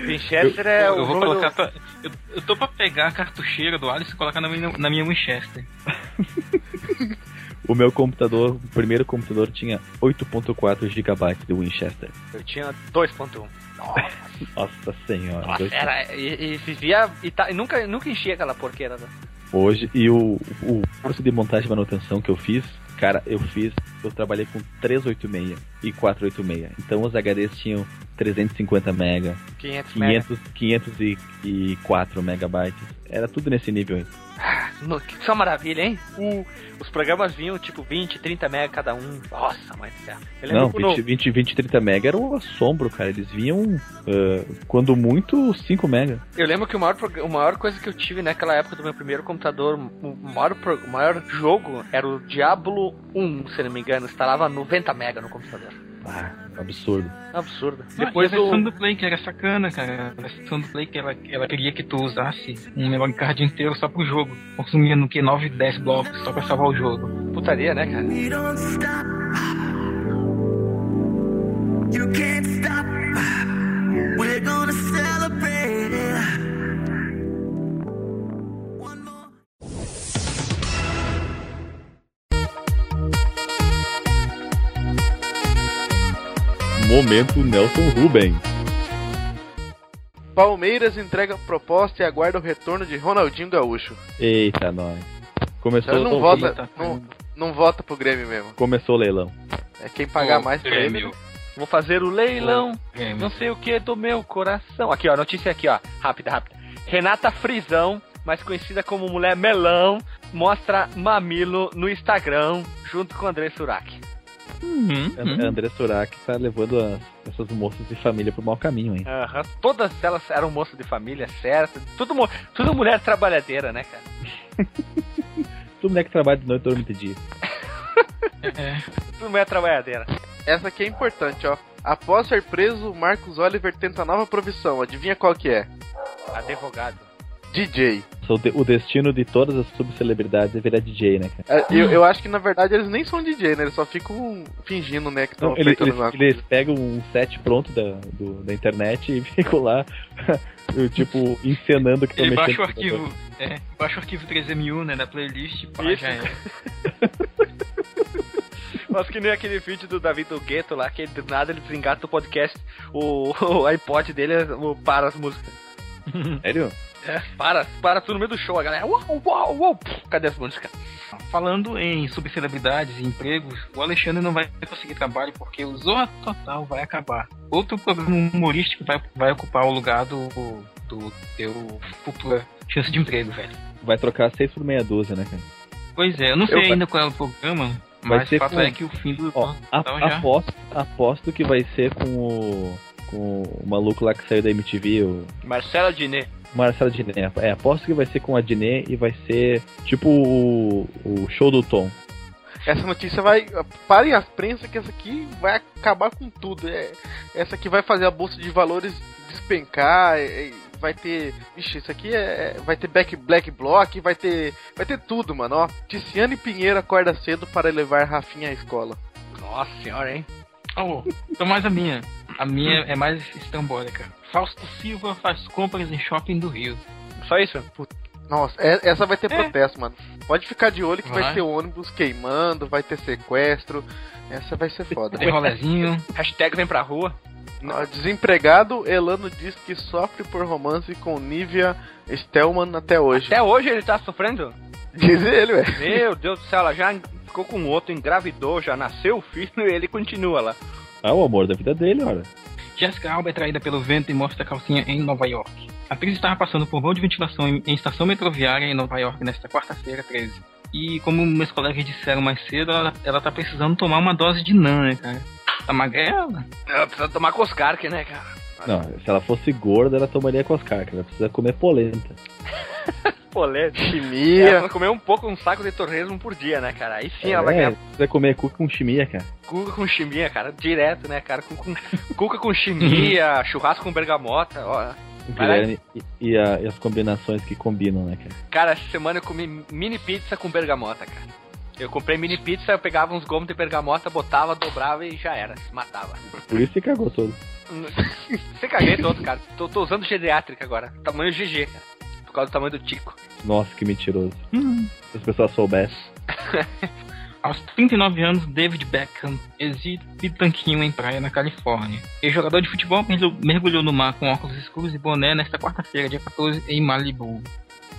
Speaker 1: Winchester é o
Speaker 3: eu vou
Speaker 1: número-
Speaker 3: colocar pra, eu, eu tô pra pegar a cartucheira do Alisson e colocar na minha, na minha Winchester.
Speaker 2: O meu computador, o primeiro computador tinha 8.4 GB de Winchester.
Speaker 1: Eu tinha 2.1.
Speaker 2: Nossa senhora.
Speaker 1: Nossa,
Speaker 2: dois-
Speaker 1: Ah, era. E, e vivia. E, tá- e nunca, nunca enchia aquela porqueira, né?
Speaker 2: Hoje, e o, o curso de montagem e manutenção que eu fiz, cara, eu fiz, eu trabalhei com 386 e 486. Então os HDs tinham 350 mega,
Speaker 1: 500 mega.
Speaker 2: 500, 504 megabytes. Era tudo nesse nível aí.
Speaker 1: No- que- Só maravilha, hein? O- os programas vinham tipo 20, 30 mega cada um. Nossa, mãe do céu. Eu lembro
Speaker 2: Não, tipo-
Speaker 1: que o é novo-
Speaker 2: 20, 20, 20, 30 mega era um assombro, cara. Eles vinham, ah, quando muito, 5 mega.
Speaker 1: Eu lembro que o maior, prog- o maior coisa que eu tive naquela época do meu primeiro computador, o maior, pro- o maior jogo era o Diablo 1, se não me engano. Instalava 90 mega no computador.
Speaker 2: Ah, absurdo.
Speaker 1: Absurdo.
Speaker 3: Depois
Speaker 1: Depois
Speaker 3: a versão
Speaker 1: o.
Speaker 3: do Play, que era sacana, cara. A versão do Play que ela, ela queria que tu usasse um memory card inteiro só pro jogo. Consumia no que 9, 10 blocos só pra salvar o jogo.
Speaker 1: Putaria, né, cara?
Speaker 5: You don't stop. You can't stop. We're gonna celebrate it. One more.
Speaker 2: Momento Nelson Ruben.
Speaker 4: Palmeiras entrega proposta e aguarda o retorno de Ronaldinho Gaúcho.
Speaker 2: Eita, nós. Começou,
Speaker 4: Então não
Speaker 2: o-
Speaker 4: vota,
Speaker 3: eita.
Speaker 4: não, não vota pro Grêmio mesmo.
Speaker 2: começou o leilão.
Speaker 4: É quem pagar mais pra ele. né?
Speaker 1: Vou fazer o leilão. Não
Speaker 3: Grêmio.
Speaker 1: sei o que do meu coração. Aqui, ó, notícia aqui, ó. Rápida, rápida. Renata Frisão, mais conhecida como Mulher Melão, mostra mamilo no Instagram junto com André Surak.
Speaker 3: Uhum,
Speaker 2: And-
Speaker 3: uhum.
Speaker 2: André Surak tá levando as- essas moças de família pro mau caminho, hein?
Speaker 1: Aham. Todas elas eram moço de família, certo? Tudo, mu- tudo mulher trabalhadeira, né, cara?
Speaker 2: Todo moleque que trabalha de noite dorme de dia.
Speaker 3: É.
Speaker 1: Tudo mulher trabalhadeira.
Speaker 4: Essa aqui é importante, ó. Após ser preso, Marcos Oliver tenta nova profissão. Adivinha qual que é?
Speaker 1: Advogado.
Speaker 4: DJ.
Speaker 2: Só de- O destino de todas as subcelebridades é virar DJ, né, cara?
Speaker 4: É, Eu, eu acho que na verdade eles nem são DJ, né? Eles só ficam fingindo, né? Que
Speaker 3: Então,
Speaker 4: estão
Speaker 2: Não, Então, ele-
Speaker 4: apertando
Speaker 2: eles,
Speaker 4: alguma coisa.
Speaker 2: eles pegam um set pronto da, do- da internet e ficam lá, eu, tipo, encenando que estão
Speaker 3: Ele
Speaker 2: mexendo.
Speaker 3: baixa o
Speaker 2: no computador.
Speaker 3: arquivo. É, baixa o arquivo 3MU, né? Da playlist, pá,
Speaker 1: Isso.
Speaker 3: já é.
Speaker 1: Mas que nem aquele vídeo do Davi do Gueto lá, que do nada ele desengata o podcast, o, o iPod dele o- para as músicas.
Speaker 2: Sério?
Speaker 1: É, para, para tudo no meio do show, a galera. Uau, uau, uau. Pff, Cadê as músicas?
Speaker 3: Falando em subcelebridades e empregos, o Alexandre não vai conseguir trabalho porque o Zorra Total vai acabar. Outro programa humorístico vai, vai ocupar o lugar do, do teu futura chance de emprego, velho.
Speaker 2: Vai trocar 6 por meia dúzia, né, cara?
Speaker 3: Pois é, eu não sei
Speaker 4: vai-
Speaker 3: ainda qual é o programa,
Speaker 2: Vai
Speaker 3: mas
Speaker 2: ser
Speaker 3: o fato
Speaker 2: com-
Speaker 3: é que o fim do
Speaker 2: Ó,
Speaker 3: Zorra
Speaker 2: a-
Speaker 3: Total então já.
Speaker 2: aposto, aposto que vai ser com o, com o maluco lá que saiu da MTV, o
Speaker 1: Marcela Diné.
Speaker 2: Marcelo Diné. É, aposto que vai ser com a Diné e vai ser tipo o, o show do Tom.
Speaker 4: Essa notícia vai. Parem as prensas que essa aqui vai acabar com tudo. É, essa aqui vai fazer a bolsa de valores despencar. é, é, vai ter. Ixi, isso aqui é. é- Vai ter back black block, vai ter. Vai ter tudo, mano. Ó, Ticiane Pinheiro acorda cedo para levar Rafinha à escola.
Speaker 1: Nossa senhora, hein?
Speaker 3: Oh, então mais a minha. A minha é mais estambólica. Fausto Silva faz compras em shopping do Rio.
Speaker 1: Só isso?
Speaker 4: Nossa, é- essa vai ter protesto, mano. Pode ficar de olho que vai,
Speaker 3: Vai.
Speaker 4: ter ônibus queimando, vai ter sequestro. Essa vai ser foda.
Speaker 3: Tem rolezinho.
Speaker 1: Hashtag vem pra rua.
Speaker 4: Ó, Desempregado, Elano diz que sofre por romance com Nívia Stelman até hoje.
Speaker 1: Até hoje ele tá sofrendo?
Speaker 4: Diz ele, velho.
Speaker 1: Meu Deus do céu, ela já ficou com outro, engravidou, já nasceu o filho e ele continua lá.
Speaker 2: Ah, o amor da vida dele, olha.
Speaker 3: Jessica Alba é traída pelo vento e mostra a calcinha em Nova York. A atriz estava passando por um voo de ventilação em, em estação metroviária em Nova York nesta quarta-feira, 13. E como meus colegas disseram mais cedo, ela, ela tá precisando tomar uma dose de NAN, né, cara? Tá magrela?
Speaker 1: Ela É, precisa tomar Coscarque, né, cara?
Speaker 2: Não, se ela fosse gorda, ela tomaria com as carcas. Ela precisa comer polenta.
Speaker 1: picolé.
Speaker 4: Chimia.
Speaker 1: Ela comeu um pouco, um saco de torresmo por dia, né, cara? Aí sim ela vai
Speaker 2: é,
Speaker 1: ganhar
Speaker 2: você vai comer cu com chimia, cara.
Speaker 1: cuca com chimia, cara. Direto, né, cara? Cuca com, cuca com chimia, churrasco com bergamota, ó.
Speaker 2: O
Speaker 1: Caralho.
Speaker 2: Guilherme e, e a- e as combinações que combinam, né, cara?
Speaker 1: Cara, essa semana eu comi mini pizza com bergamota, cara. Eu comprei mini pizza, eu pegava uns gomos de bergamota, botava, dobrava e já era, se matava.
Speaker 2: Por isso que cagou todo.
Speaker 1: Você caguei todo, cara. Tô, tô usando geriátrica agora. Tamanho GG, cara. Por causa do tamanho do tico.
Speaker 2: Nossa, que mentiroso.
Speaker 1: Uhum.
Speaker 2: Se as pessoas soubessem.
Speaker 3: Aos 39 anos, David Beckham exige tanquinho em praia na Califórnia. E jogador de futebol mergulhou- mergulhou no mar com óculos escuros e boné nesta quarta-feira, dia 14, em Malibu.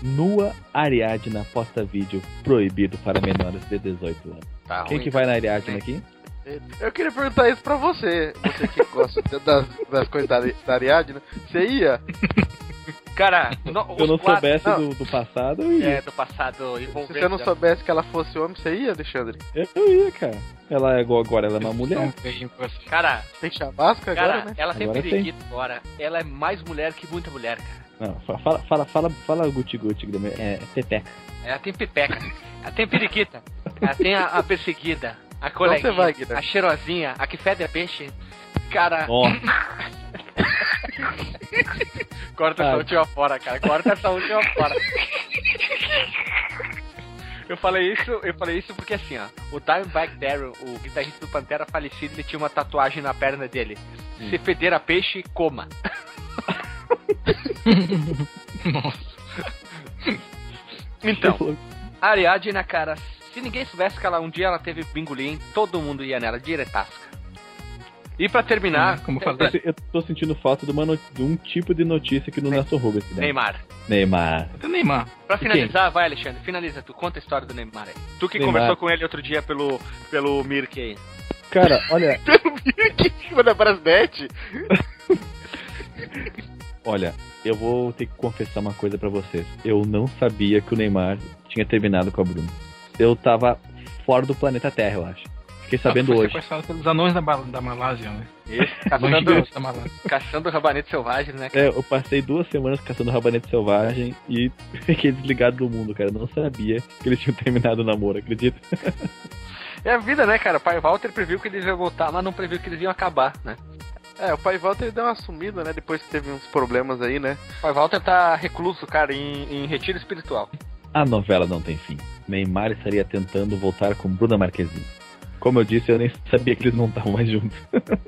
Speaker 2: Nua Ariadna posta vídeo proibido para menores de 18 anos.
Speaker 1: Tá
Speaker 2: Quem
Speaker 1: ruim,
Speaker 2: que
Speaker 1: cara.
Speaker 2: vai na Ariadna aqui?
Speaker 4: É, Eu queria perguntar isso pra você. Você que gosta das, das coisas da, Ari- da Ariadna. Você ia?
Speaker 1: Cara, no,
Speaker 2: Se eu
Speaker 1: os
Speaker 2: não
Speaker 1: quatro-
Speaker 2: soubesse
Speaker 4: não.
Speaker 2: do, do passado, eu ia.
Speaker 1: É, do passado envolvente.
Speaker 4: Se você não soubesse que ela fosse homem, você ia, Alexandre?
Speaker 2: Eu ia, cara. Ela é igual agora, ela é uma
Speaker 3: Então,
Speaker 2: mulher.
Speaker 3: veio pra-
Speaker 1: Cara,
Speaker 4: Tem chabasca
Speaker 1: cara,
Speaker 4: agora, né?
Speaker 1: ela tem
Speaker 2: Agora tem.
Speaker 1: periquito agora. Ela é mais mulher que muita mulher, cara.
Speaker 2: Não, fa- fala, fala, fala, fala guti guti, Guilherme. É, é pepeca.
Speaker 1: Ela tem pepeca. Ela tem periquita. Ela tem a, a perseguida. A
Speaker 4: Então você vai,
Speaker 1: coleguinha.
Speaker 4: Guilherme.
Speaker 1: a cheirosinha. A que fede a peixe. Cara,
Speaker 2: Nossa,
Speaker 1: corta essa
Speaker 2: cara.
Speaker 1: última fora, cara. Corta essa última fora. Eu falei isso, eu falei isso porque assim, ó, o Dimeback Darrell, o guitarrista do Pantera falecido, ele tinha uma tatuagem na perna dele. Se feder a peixe, coma.
Speaker 3: Nossa.
Speaker 1: Então, A Ariadna, né, cara, se ninguém soubesse que ela um dia ela teve bingolim, todo mundo ia nela, diretasca. E pra terminar,
Speaker 3: Hum, como eu
Speaker 1: tem-
Speaker 3: falei.
Speaker 2: eu tô sentindo falta de, uma no- de um tipo de notícia que não é sorruba aqui dentro.
Speaker 1: Neymar.
Speaker 2: Neymar.
Speaker 3: Até é Neymar.
Speaker 1: Pra finalizar, vai Alexandre, finaliza tu, conta a história do Neymar aí. Tu que
Speaker 2: Neymar.
Speaker 1: conversou com ele outro dia pelo, pelo Mirk aí.
Speaker 2: Cara, olha,
Speaker 4: Que manda Brasnet?
Speaker 2: olha, eu vou ter que confessar uma coisa pra vocês. Eu não sabia que o Neymar tinha terminado com a Bruna. Eu tava fora do planeta Terra, eu acho. Fiquei sabendo
Speaker 3: Foi
Speaker 2: Tá hoje.
Speaker 3: sequestrado pelos anões da, Bal- da Malásia, né? Anões
Speaker 1: Caçando,
Speaker 3: gigantes da Malásia.
Speaker 1: caçando o rabanete selvagem, né?
Speaker 2: É, eu passei duas semanas caçando rabanete selvagem e fiquei desligado do mundo, cara. Eu não sabia que eles tinham terminado o namoro, acredita?
Speaker 1: É a vida, né, cara? O pai Walter previu que eles iam voltar, mas não previu que eles iam acabar, né?
Speaker 4: É, o pai Walter deu uma sumida, né? Depois que teve uns problemas aí, né?
Speaker 1: O pai Walter tá recluso, cara, em, em retiro espiritual.
Speaker 2: A novela não tem fim. Neymar estaria tentando voltar com Bruna Marquezine. Como eu disse, eu nem sabia que eles não estavam mais juntos.
Speaker 3: Cara,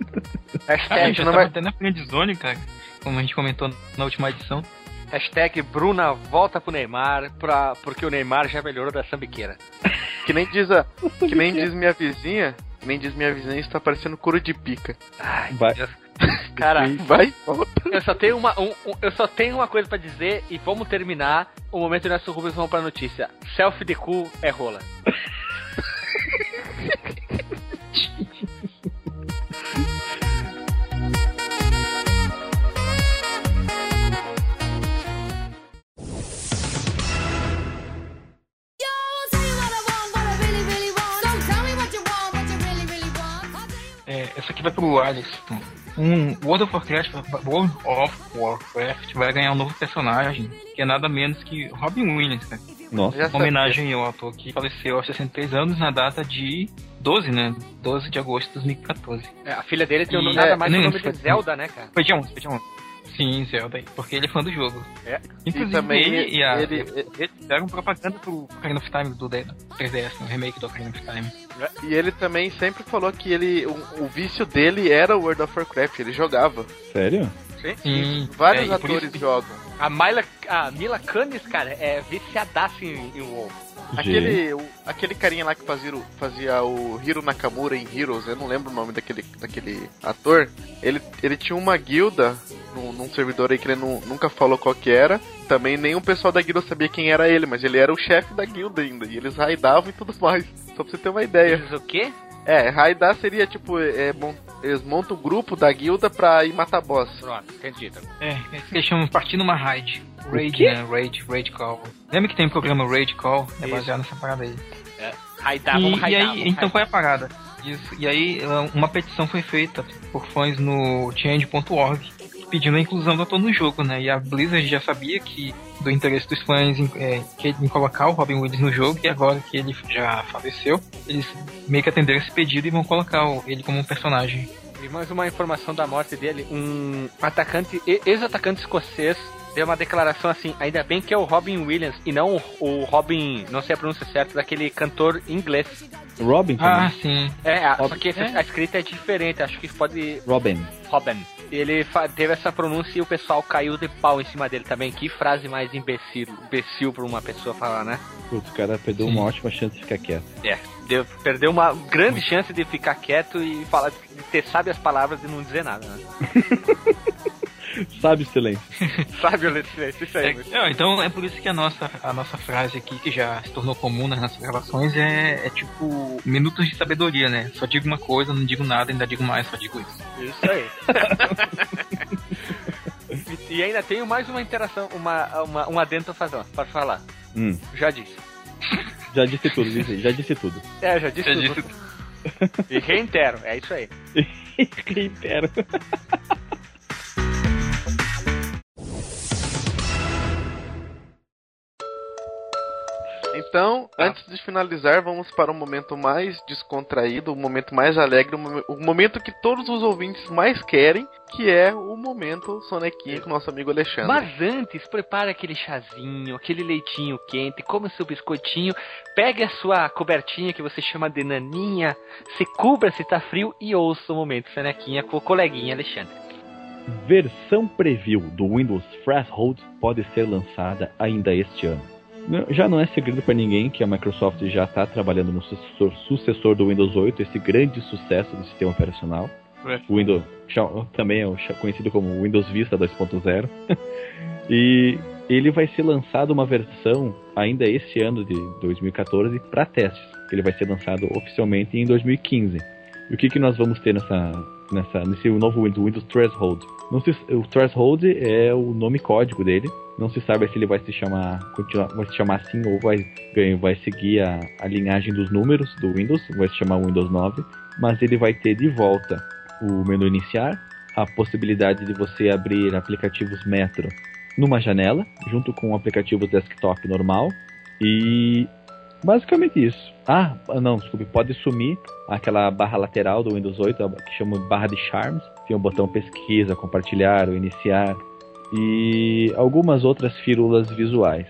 Speaker 3: a gente
Speaker 1: Hashtag,
Speaker 3: já
Speaker 1: É, não
Speaker 3: tava
Speaker 1: vai-
Speaker 3: até na frente de zone, cara. Como a gente comentou na última edição.
Speaker 1: hashtag Bruna volta pro Neymar, pra, porque o Neymar já melhorou da sambiqueira.
Speaker 4: Que nem diz a. Que nem diz minha vizinha. Que nem diz minha vizinha, isso tá parecendo couro de pica.
Speaker 2: Vai,
Speaker 1: Cara,
Speaker 4: Vai e volta.
Speaker 1: Eu só tenho uma, um- um- eu só tenho uma coisa pra dizer e vamos terminar o momento do nosso Rubens vamos pra notícia. Selfie de cu é rola.
Speaker 3: É, essa aqui vai pro Alisson. Um World of Warcraft, World of Warcraft vai ganhar um novo personagem, que é nada menos que Robin Williams, cara.
Speaker 2: nossa.
Speaker 4: Já
Speaker 3: Uma homenagem ao ator que faleceu aos 63 anos na data de 12, né? 12 de agosto de 2014.
Speaker 1: É, a filha dele tem o
Speaker 3: E-
Speaker 1: nada
Speaker 3: é,
Speaker 1: mais que o
Speaker 3: nem
Speaker 1: nome de
Speaker 3: isso.
Speaker 1: Zelda, né, cara?
Speaker 3: Foi dia 11, foi dia 11. Sim, Zelda, porque ele é fã do jogo.
Speaker 1: É.
Speaker 3: Inclusive
Speaker 4: E também
Speaker 3: ele e a...
Speaker 4: ele-
Speaker 3: Eles fizeram propaganda pro Ocarina of Time do D- 3DS, no remake do Ocarina of Time.
Speaker 4: E ele também sempre falou que ele. O, o vício dele era o World of Warcraft, ele jogava.
Speaker 2: Sério?
Speaker 3: Sim, é, e
Speaker 4: Vários
Speaker 3: por
Speaker 4: atores
Speaker 3: isso que-
Speaker 4: jogam.
Speaker 1: A Mila, a Mila Kunis, cara, é viciadaça em, em WoW.
Speaker 2: Gente.
Speaker 4: Aquele, o- aquele carinha lá que fazia o, fazia o Hiro Nakamura em Heroes, eu não lembro o nome daquele, daquele ator. Ele, ele tinha uma guilda num, num servidor aí que ele nu- nunca falou qual que era. Também nenhum pessoal da guilda sabia quem era ele, mas ele era o chefe da guilda ainda. E eles raidavam e tudo mais. Só pra você ter uma ideia.
Speaker 1: Diz o quê?
Speaker 4: É, raidar seria tipo, é, mon- eles montam o grupo da guilda pra ir matar boss.
Speaker 1: Pronto, entendi. tá.
Speaker 3: É, é isso que eles chamam de Partindo uma Raid. Raid,
Speaker 2: quê?
Speaker 3: né? Raid, Raid Call. Lembra que tem um programa Raid Call? É baseado nessa parada aí.
Speaker 1: Raidar,
Speaker 3: e,
Speaker 1: vamos
Speaker 3: e
Speaker 1: raidar.
Speaker 3: aí,
Speaker 1: vamos
Speaker 3: então
Speaker 1: raidar.
Speaker 3: foi a parada. Isso. E aí, uh, uma petição foi feita por fãs no change.org pedindo a inclusão do ator no jogo, né? E a Blizzard já sabia que do interesse dos fãs em, é, que- em colocar o Robin Williams no jogo, e agora que ele já faleceu, eles meio que atenderam esse pedido e vão colocar o- ele como um personagem.
Speaker 1: E mais uma informação da morte dele: um atacante, e- ex-atacante escocês, deu uma declaração assim. Ainda bem que é o Robin Williams e não o- o Robin, não sei a pronúncia certa, daquele cantor inglês.
Speaker 2: Robin
Speaker 3: Ah,
Speaker 2: também.
Speaker 3: sim.
Speaker 1: É, a- só
Speaker 2: Robin.
Speaker 1: que esse-
Speaker 2: É.
Speaker 1: a escrita é diferente, acho que pode.
Speaker 2: Robin.
Speaker 1: Robin. Ele fa- teve essa pronúncia e o pessoal caiu de pau em cima dele também. Que frase mais imbecil, imbecil pra uma pessoa falar, né?
Speaker 2: Putz, o cara perdeu
Speaker 3: Sim.
Speaker 2: uma ótima chance de ficar quieto.
Speaker 1: É, deu- perdeu uma grande chance de ficar quieto e falar, de ter sabe as palavras e não dizer nada, né?
Speaker 2: Sabe, silêncio.
Speaker 1: Sabe, Alexandre? Isso aí. Luiz.
Speaker 3: É, então é por isso que a nossa, a nossa frase aqui, que já se tornou comum nas nossas gravações, é, é tipo minutos de sabedoria, né? Só digo uma coisa, não digo nada, ainda digo mais, só digo isso.
Speaker 1: Isso aí. E- e ainda tenho mais uma interação, uma, uma, um adendo a fazer, pode falar.
Speaker 2: Hum,
Speaker 1: Já disse.
Speaker 2: já disse tudo, Liz, já disse tudo.
Speaker 1: É, já disse.
Speaker 3: Já
Speaker 1: tudo.
Speaker 3: disse
Speaker 1: E reitero, é isso aí.
Speaker 2: Reitero.
Speaker 4: Então,
Speaker 2: Tá.
Speaker 4: antes de finalizar, vamos para o momento mais descontraído, o momento mais alegre, o mom- o momento que todos os ouvintes mais querem, que é o momento sonequinha com nosso amigo Alexandre.
Speaker 1: Mas antes, prepare aquele chazinho, aquele leitinho quente, coma seu biscoitinho, pegue a sua cobertinha que você chama de naninha, se cubra se tá frio e ouça o momento Senequinha com o coleguinha Alexandre.
Speaker 2: Versão preview do Windows Threshold pode ser lançada ainda este ano. Não- Já não é segredo para ninguém que a Microsoft já está trabalhando no sucessor, sucessor do Windows 8, esse grande sucesso do sistema operacional.
Speaker 3: É.
Speaker 2: O Windows cha- também é o cha- conhecido como Windows Vista 2.0. e ele vai ser lançado uma versão ainda este ano de 2014 para testes. Ele vai ser lançado oficialmente em 2015. E o que, que nós vamos ter nessa, nessa, nesse novo Windows, Windows Threshold? Não se- o Threshold é o nome código dele. Não se sabe se ele vai se chamar, continuar, vai se chamar assim ou vai, ganhar- vai seguir a, a linhagem dos números do Windows, vai se chamar Windows 9, mas ele vai ter de volta o menu iniciar, a possibilidade de você abrir aplicativos Metro numa janela, junto com aplicativos desktop normal e basicamente isso. Ah, não, desculpe, pode sumir aquela barra lateral do Windows 8, a- que chama barra de charms. Tem o botão pesquisa, compartilhar ou iniciar e algumas outras firulas visuais.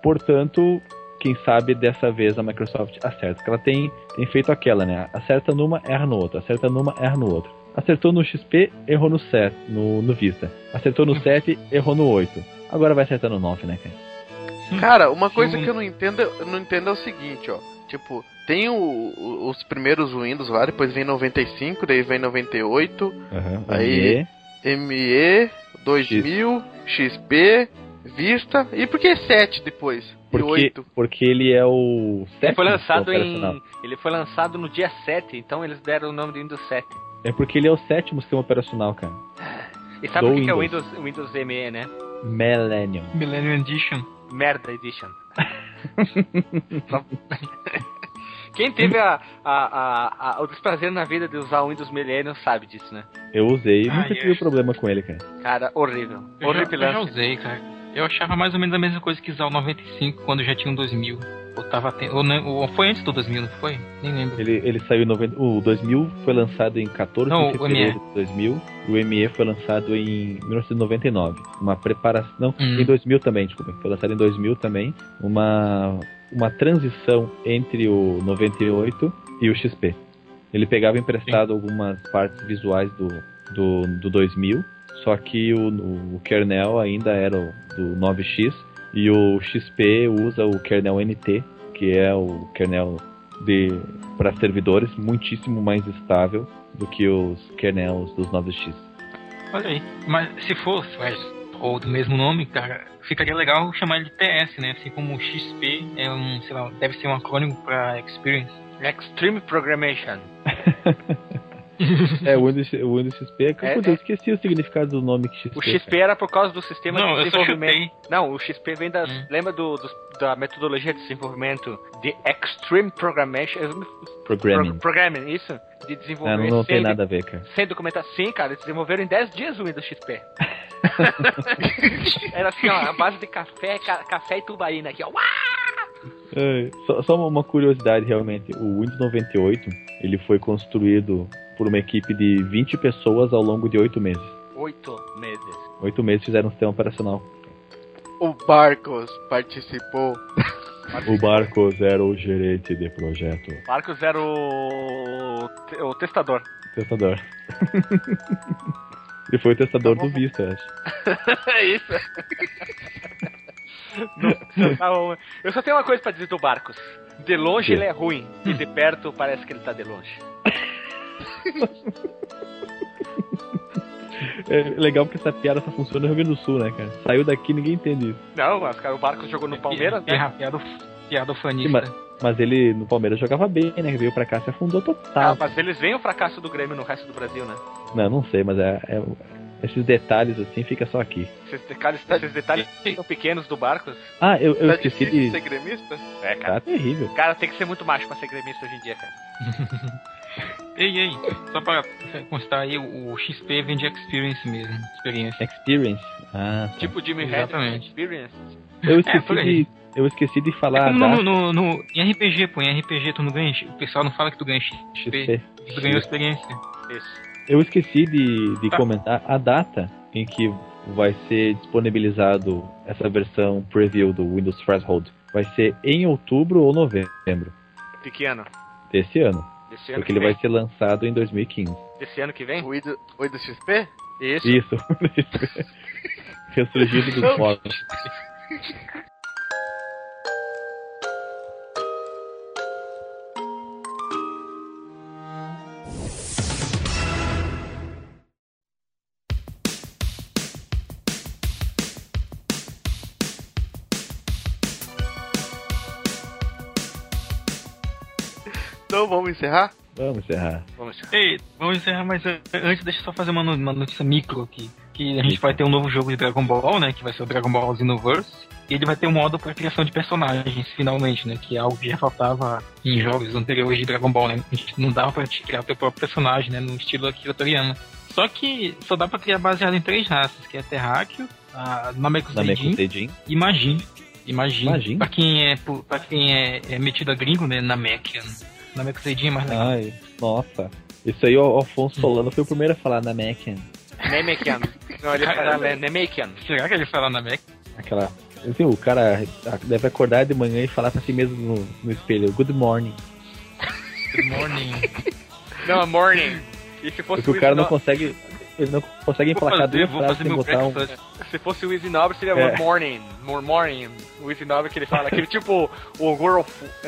Speaker 2: Portanto, quem sabe dessa vez a Microsoft acerta, porque ela tem, tem feito aquela, né? Acerta numa, erra no outro, acerta numa, erra no outro. Acertou no XP, errou no 7, no, no Vista. Acertou
Speaker 1: Uhum.
Speaker 2: no 7, errou no 8. Agora vai acertar no 9, né, cara?
Speaker 4: Cara, uma coisa
Speaker 3: Sim.
Speaker 4: que eu não entendo, eu não entendo é o seguinte, ó. Tipo, tem o- o- os primeiros Windows lá, depois vem 95, daí vem 98, Aí-
Speaker 2: Aí.
Speaker 4: ME, 2000, XP, Vista, e por que 7 depois? E
Speaker 2: Porque,
Speaker 4: 8?
Speaker 2: porque ele é o
Speaker 1: Ele foi
Speaker 2: sétimo
Speaker 1: lançado
Speaker 2: operacional.
Speaker 1: em. Ele foi lançado no dia 7, então eles deram o nome do Windows 7.
Speaker 2: É porque ele é o sétimo sistema operacional, cara.
Speaker 1: E sabe
Speaker 2: Do
Speaker 1: o que, que é o
Speaker 2: Windows.
Speaker 1: Windows, Windows ME, né?
Speaker 2: Millennium.
Speaker 3: Millennium Edition.
Speaker 1: Merda Edition. Só- Quem teve a, a- a- a- o desprazer na vida de usar o Windows Millennium sabe disso, né?
Speaker 2: Eu usei e nunca
Speaker 3: Ai,
Speaker 2: tive
Speaker 3: ai.
Speaker 2: problema com ele, cara.
Speaker 1: Cara, horrível.
Speaker 3: Eu já, eu já
Speaker 1: Horripilante.
Speaker 3: usei, cara. Eu achava mais ou menos a mesma coisa que usar o 95 quando já tinha um 2000. Ou tava tendo, ou, não- ou foi antes do 2000, não foi? Nem lembro.
Speaker 2: Ele, ele saiu em 90, o 2000 foi lançado em 14
Speaker 3: Não,
Speaker 2: de
Speaker 3: o ME.
Speaker 2: fevereiro de 2000 e o ME foi lançado em 1999. Uma preparação, não,
Speaker 3: Hum.
Speaker 2: em 2000 também, desculpa, foi lançado em 2000 também, uma uma transição entre o 98 e o XP. Ele pegava emprestado algumas partes visuais do, do, do 2000, só que o, o kernel ainda era o do 9x e o XP usa o kernel NT, que é o kernel de para servidores muitíssimo mais estável do que os kernels dos 9x.
Speaker 3: Olha aí. Mas se fosse, mas, ou do mesmo nome, cara, ficaria legal chamar ele de TS, né? Assim como o XP é um, sei lá, deve ser um acrônimo pra Experience.
Speaker 1: Extreme Programmation.
Speaker 2: É, o Windows, o Windows XP, é,
Speaker 1: É,
Speaker 2: putz, eu esqueci o significado do nome que XP.
Speaker 1: O XP era por causa do sistema
Speaker 3: não,
Speaker 1: de
Speaker 3: eu só
Speaker 1: desenvolvimento.
Speaker 3: chutei.
Speaker 1: Não, o XP vem das.
Speaker 3: Hum.
Speaker 1: Lembra do, dos- da metodologia de desenvolvimento de Extreme Programmation?
Speaker 2: cara.
Speaker 1: Pro,
Speaker 2: Programming.
Speaker 1: programming, isso? De
Speaker 2: Ah,
Speaker 1: desenvolver
Speaker 2: não, não
Speaker 1: sem,
Speaker 2: tem nada a ver, cara.
Speaker 1: sem documentação. Sim, cara, eles desenvolveram em 10 dias o Windows XP. Era assim, ó, a base de café, ca- café e tubaína aqui, ó. Uá!
Speaker 2: É, só, só uma- uma curiosidade realmente, o Windows 98 ele foi construído por uma equipe de 20 pessoas ao longo de 8 meses.
Speaker 1: Oito meses.
Speaker 2: 8 meses fizeram um sistema operacional.
Speaker 4: O Barcos participou.
Speaker 2: O Barcos era o gerente de projeto.
Speaker 1: Marcos era o. o testador.
Speaker 2: Testador. Ele foi o testador
Speaker 1: Tá
Speaker 2: do Vista, eu acho.
Speaker 1: É isso. Não, não, Tá Eu só tenho uma coisa pra dizer do Marcos. De longe
Speaker 2: Sim.
Speaker 1: ele é ruim, e de perto parece que ele tá de longe.
Speaker 2: É legal porque essa piada só funciona no Rio Grande do Sul, né, cara? Saiu daqui ninguém entende isso.
Speaker 1: Não, mas cara, o Marcos jogou no Palmeiras, né?
Speaker 3: Piada, piada, piada fanista.
Speaker 2: Sim, mas, mas ele no Palmeiras jogava bem, né? Veio pra cá, se afundou
Speaker 1: Ah,
Speaker 2: total.
Speaker 1: mas eles veem o fracasso do Grêmio no resto do Brasil, né?
Speaker 3: Ah.
Speaker 2: Não, não sei, mas é- é- esses detalhes assim fica só aqui.
Speaker 1: Esses detalhes, esses detalhes tão pequenos do Marcos.
Speaker 2: Ah, eu, eu
Speaker 4: Tá
Speaker 2: esqueci
Speaker 4: difícil
Speaker 2: de.
Speaker 4: ser gremista?
Speaker 1: É, cara.
Speaker 2: Tá terrível.
Speaker 1: Cara, tem que ser muito macho pra ser gremista hoje em dia, cara.
Speaker 3: Ei, ei, só pra constar aí, o XP vem de experience mesmo. Experiência.
Speaker 2: Experience. Ah. tá.
Speaker 1: Tipo o Jimmy Hendrix
Speaker 3: Exatamente.
Speaker 1: Experience.
Speaker 2: eu
Speaker 3: é,
Speaker 2: esqueci
Speaker 3: por aí.
Speaker 2: de. Eu esqueci de
Speaker 3: É
Speaker 2: falar a
Speaker 3: como no,
Speaker 2: data
Speaker 3: no, no- em RPG, pô, em RPG tu não ganha. O pessoal não fala que tu ganha XP,
Speaker 2: XP.
Speaker 3: que tu ganhou experiência.
Speaker 1: Isso.
Speaker 2: Eu esqueci de, de
Speaker 3: Tá.
Speaker 2: comentar a data em que vai ser disponibilizado essa versão preview do Windows Threshold. Vai ser em outubro ou novembro
Speaker 1: De que ano?
Speaker 2: desse ano.
Speaker 1: Desse ano que
Speaker 2: Porque ele
Speaker 1: vem?
Speaker 2: vai ser lançado em 2015.
Speaker 1: Desse ano que vem?
Speaker 4: O Ido, o Ido XP?
Speaker 1: Isso.
Speaker 2: Isso. Ressurgido dos mortos.
Speaker 4: Então vamos encerrar?
Speaker 2: Vamos encerrar.
Speaker 1: Vamos lá.
Speaker 3: Ei, vamos encerrar, mas eh, antes deixa eu só fazer uma, no- uma notícia micro aqui. Que a gente vai ter um novo jogo de Dragon Ball, né? Que vai ser o Dragon Ball Xenoverse. E ele vai ter um modo para criação de personagens, finalmente, né? Que é algo que já faltava em jogos anteriores de Dragon Ball, né? A gente não dava pra te criar o teu próprio personagem, né? No estilo Akira Toriyama. Só que só dá pra criar baseado em três raças, que é Terráqueo, a Namekus
Speaker 2: Na
Speaker 3: Deijin
Speaker 2: Dedin.
Speaker 3: e Majin. E Majin.
Speaker 2: Majin?
Speaker 3: Pra quem é, pu- pra quem é, é metido a gringo, né? Namekian. Namekus Deijin é
Speaker 2: Ah.
Speaker 3: mais legal.
Speaker 2: Ai, nossa. Isso aí o Alfonso Solano foi o primeiro a falar na Mecan.
Speaker 1: Nemekian. Não, ele
Speaker 3: Cara,
Speaker 1: fala né, Nemekian.
Speaker 3: Será que ele fala Namek?
Speaker 2: Aquela. Assim, o cara deve acordar de manhã e falar pra si mesmo no, no espelho, good morning.
Speaker 3: Good morning.
Speaker 1: Não, morning. E se fosse
Speaker 2: Porque o cara não consegue. Ele não consegue
Speaker 3: Vou
Speaker 2: emplacar
Speaker 3: fazer,
Speaker 2: duas
Speaker 3: vou
Speaker 2: frases
Speaker 3: fazer
Speaker 2: sem
Speaker 3: meu
Speaker 2: botar um.
Speaker 3: breakfast.
Speaker 1: Se fosse o Easy Nobre, seria
Speaker 2: É.
Speaker 1: morning. More morning. O Easy Nobre que ele fala. Aquele tipo o Girl.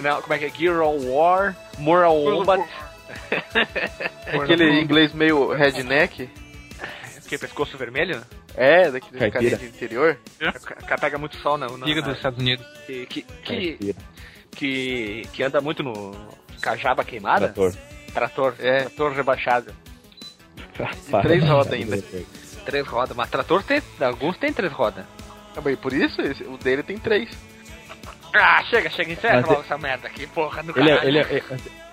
Speaker 1: Não, como é que é? Girl War. Moral Wombat.
Speaker 4: É Aquele inglês meio redneck?
Speaker 1: Que pescoço vermelho?
Speaker 4: É, daquele
Speaker 2: Caipira.
Speaker 4: carinha de interior?
Speaker 1: O cara pega muito sol na. na-
Speaker 3: Liga
Speaker 1: na-
Speaker 3: dos Estados Unidos.
Speaker 1: que, que, que,
Speaker 2: Caipira, É.
Speaker 1: que, que anda muito no. Cajaba queimada?
Speaker 2: trator.
Speaker 1: Trator.
Speaker 4: É.
Speaker 1: Trator rebaixado.
Speaker 2: Para,
Speaker 4: três
Speaker 2: para,
Speaker 4: rodas
Speaker 2: para,
Speaker 4: ainda.
Speaker 2: depois.
Speaker 1: Três rodas. Mas trator tem. Alguns tem três rodas.
Speaker 4: Ah, mas por isso, esse- o dele tem três.
Speaker 1: Ah, chega, chega, encerra
Speaker 2: Mas é-
Speaker 1: logo essa merda aqui, porra, no
Speaker 2: Ele é,
Speaker 1: caralho.
Speaker 2: ele, é,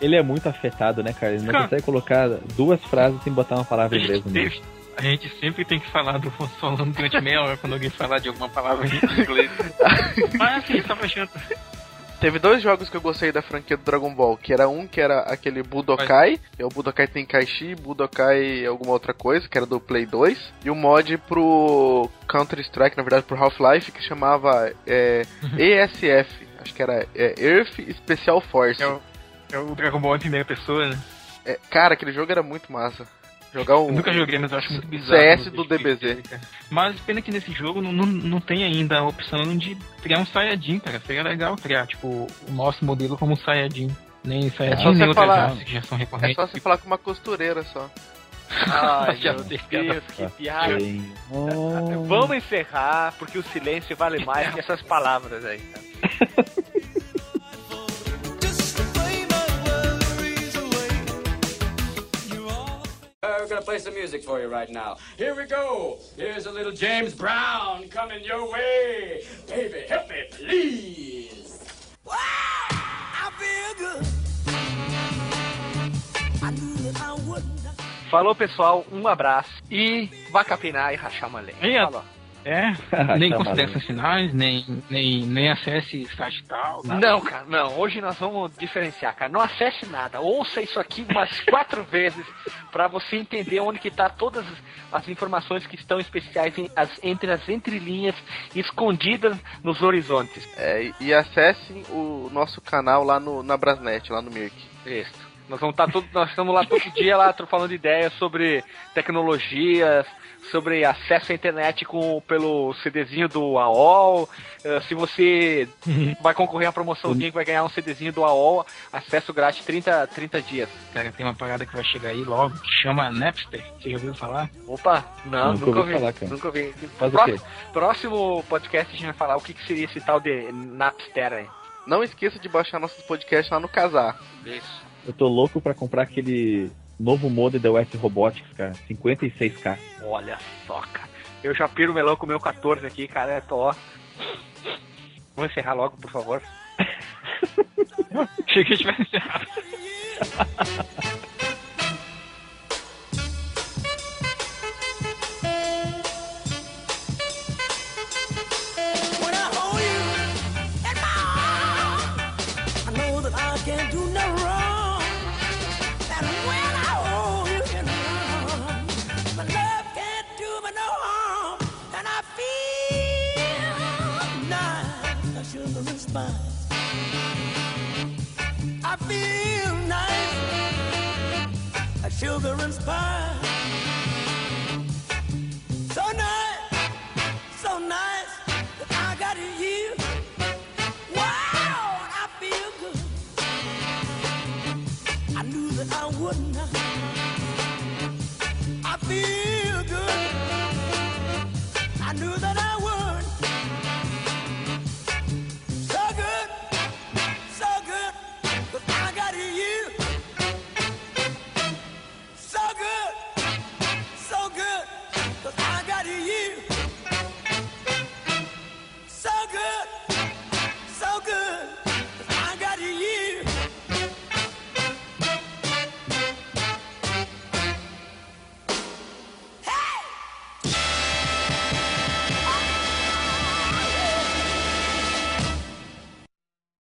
Speaker 2: ele é muito afetado, né, cara? Ele não
Speaker 3: Cara.
Speaker 2: consegue colocar duas frases sem botar uma palavra
Speaker 3: A
Speaker 2: em inglês
Speaker 3: gente,
Speaker 2: no meio.
Speaker 3: sempre, a gente sempre tem que falar do Afonso Solano durante meia hora quando alguém falar de alguma palavra em inglês. Mas assim, tá fechando.
Speaker 4: Teve dois jogos que eu gostei da franquia do Dragon Ball, que era um que era aquele Budokai, que é o Budokai Tenkaichi, Budokai alguma outra coisa, que era do Play 2, e um mod pro Counter-Strike, na verdade pro Half-Life, que chamava é,
Speaker 3: Uhum.
Speaker 4: ESF, acho que era é, Earth Special Force.
Speaker 3: É o, é o Dragon Ball em primeira pessoa, né?
Speaker 4: É, cara, aquele jogo era muito massa. Jogar
Speaker 3: Eu
Speaker 4: um...
Speaker 3: nunca joguei, mas eu acho muito bizarro.
Speaker 4: CS do
Speaker 3: Tem que ter,
Speaker 4: DBZ.
Speaker 3: cara. Mas pena que nesse jogo não, não, não tem ainda a opção de criar um Saiyajin, cara. Seria legal criar, tipo, o nosso modelo como um Saiyajin. Nem Saiyajin,
Speaker 4: É só você
Speaker 3: nem outras
Speaker 4: falar-
Speaker 3: raças que já são
Speaker 4: É
Speaker 3: recorrentes.
Speaker 4: só você falar com uma costureira só.
Speaker 1: Ai,
Speaker 3: Já
Speaker 1: meu
Speaker 3: tem
Speaker 1: Deus, que
Speaker 2: Tá
Speaker 1: piada.
Speaker 2: Tem- Oh.
Speaker 1: Vamos encerrar, porque o silêncio vale mais que essas palavras aí. cara.
Speaker 5: Just to play my worries away. You all.
Speaker 6: Uh, we're gonna play some music for you right now. Here we go. Here's a little James Brown coming your way. Baby, help me, please.
Speaker 5: I feel good. I knew that I would.
Speaker 1: Falou, pessoal. Um abraço. E vá capinar e rachar uma lenha.
Speaker 3: E a-
Speaker 1: Falou.
Speaker 3: É,
Speaker 2: Ah,
Speaker 3: nem
Speaker 2: tá
Speaker 3: considerações
Speaker 2: maluco.
Speaker 3: finais, nem, nem, nem acesse site tal. nada.
Speaker 1: Não, cara, não. Hoje nós vamos diferenciar, cara. Não acesse nada. Ouça isso aqui umas quatro vezes pra você entender onde que tá todas as informações que estão especiais em- as- entre as entrelinhas escondidas nos horizontes.
Speaker 4: É, e- e acessem o nosso canal lá no, na Brasnet, lá no Mirk.
Speaker 1: Isso. Nós vamos estar todo, nós estamos lá todo dia lá tro- falando ideias sobre tecnologias, sobre acesso à internet com pelo CDzinho do AOL. Eh, se você vai concorrer à promoçãozinha que vai ganhar um CDzinho do AOL, acesso grátis 30, 30 dias.
Speaker 3: Cara, tem uma parada que vai chegar aí logo, que chama Napster. Você já ouviu falar?
Speaker 1: Opa, não,
Speaker 2: Nunca
Speaker 1: nunca,
Speaker 2: ouvi
Speaker 1: ouvi.
Speaker 2: falar, cara.
Speaker 1: Nunca ouvi.
Speaker 2: Faz o quê?
Speaker 1: próximo, próximo podcast a gente vai falar o que, que seria esse tal de Napster aí.
Speaker 4: Não esqueça de baixar nossos podcasts lá no Casar.
Speaker 1: Isso.
Speaker 2: Eu tô louco pra comprar aquele novo modem da West Robotics, cara. 56k.
Speaker 1: Olha só, cara. Eu já piro o melão com o meu 14 aqui, cara. Eu tô, ó. Vamos encerrar logo, por favor.
Speaker 3: Achei que tivesse errado.
Speaker 5: When I hold you in my arms, I know that I can do no wrong. And when I hold you in my arms, my love can't do me no harm. And I feel nice, I shouldn't respond. I feel nice, a sugar and spice. So nice so nice that I got you. Wow, I feel good. I knew that I would not. I feel good. I knew that I would.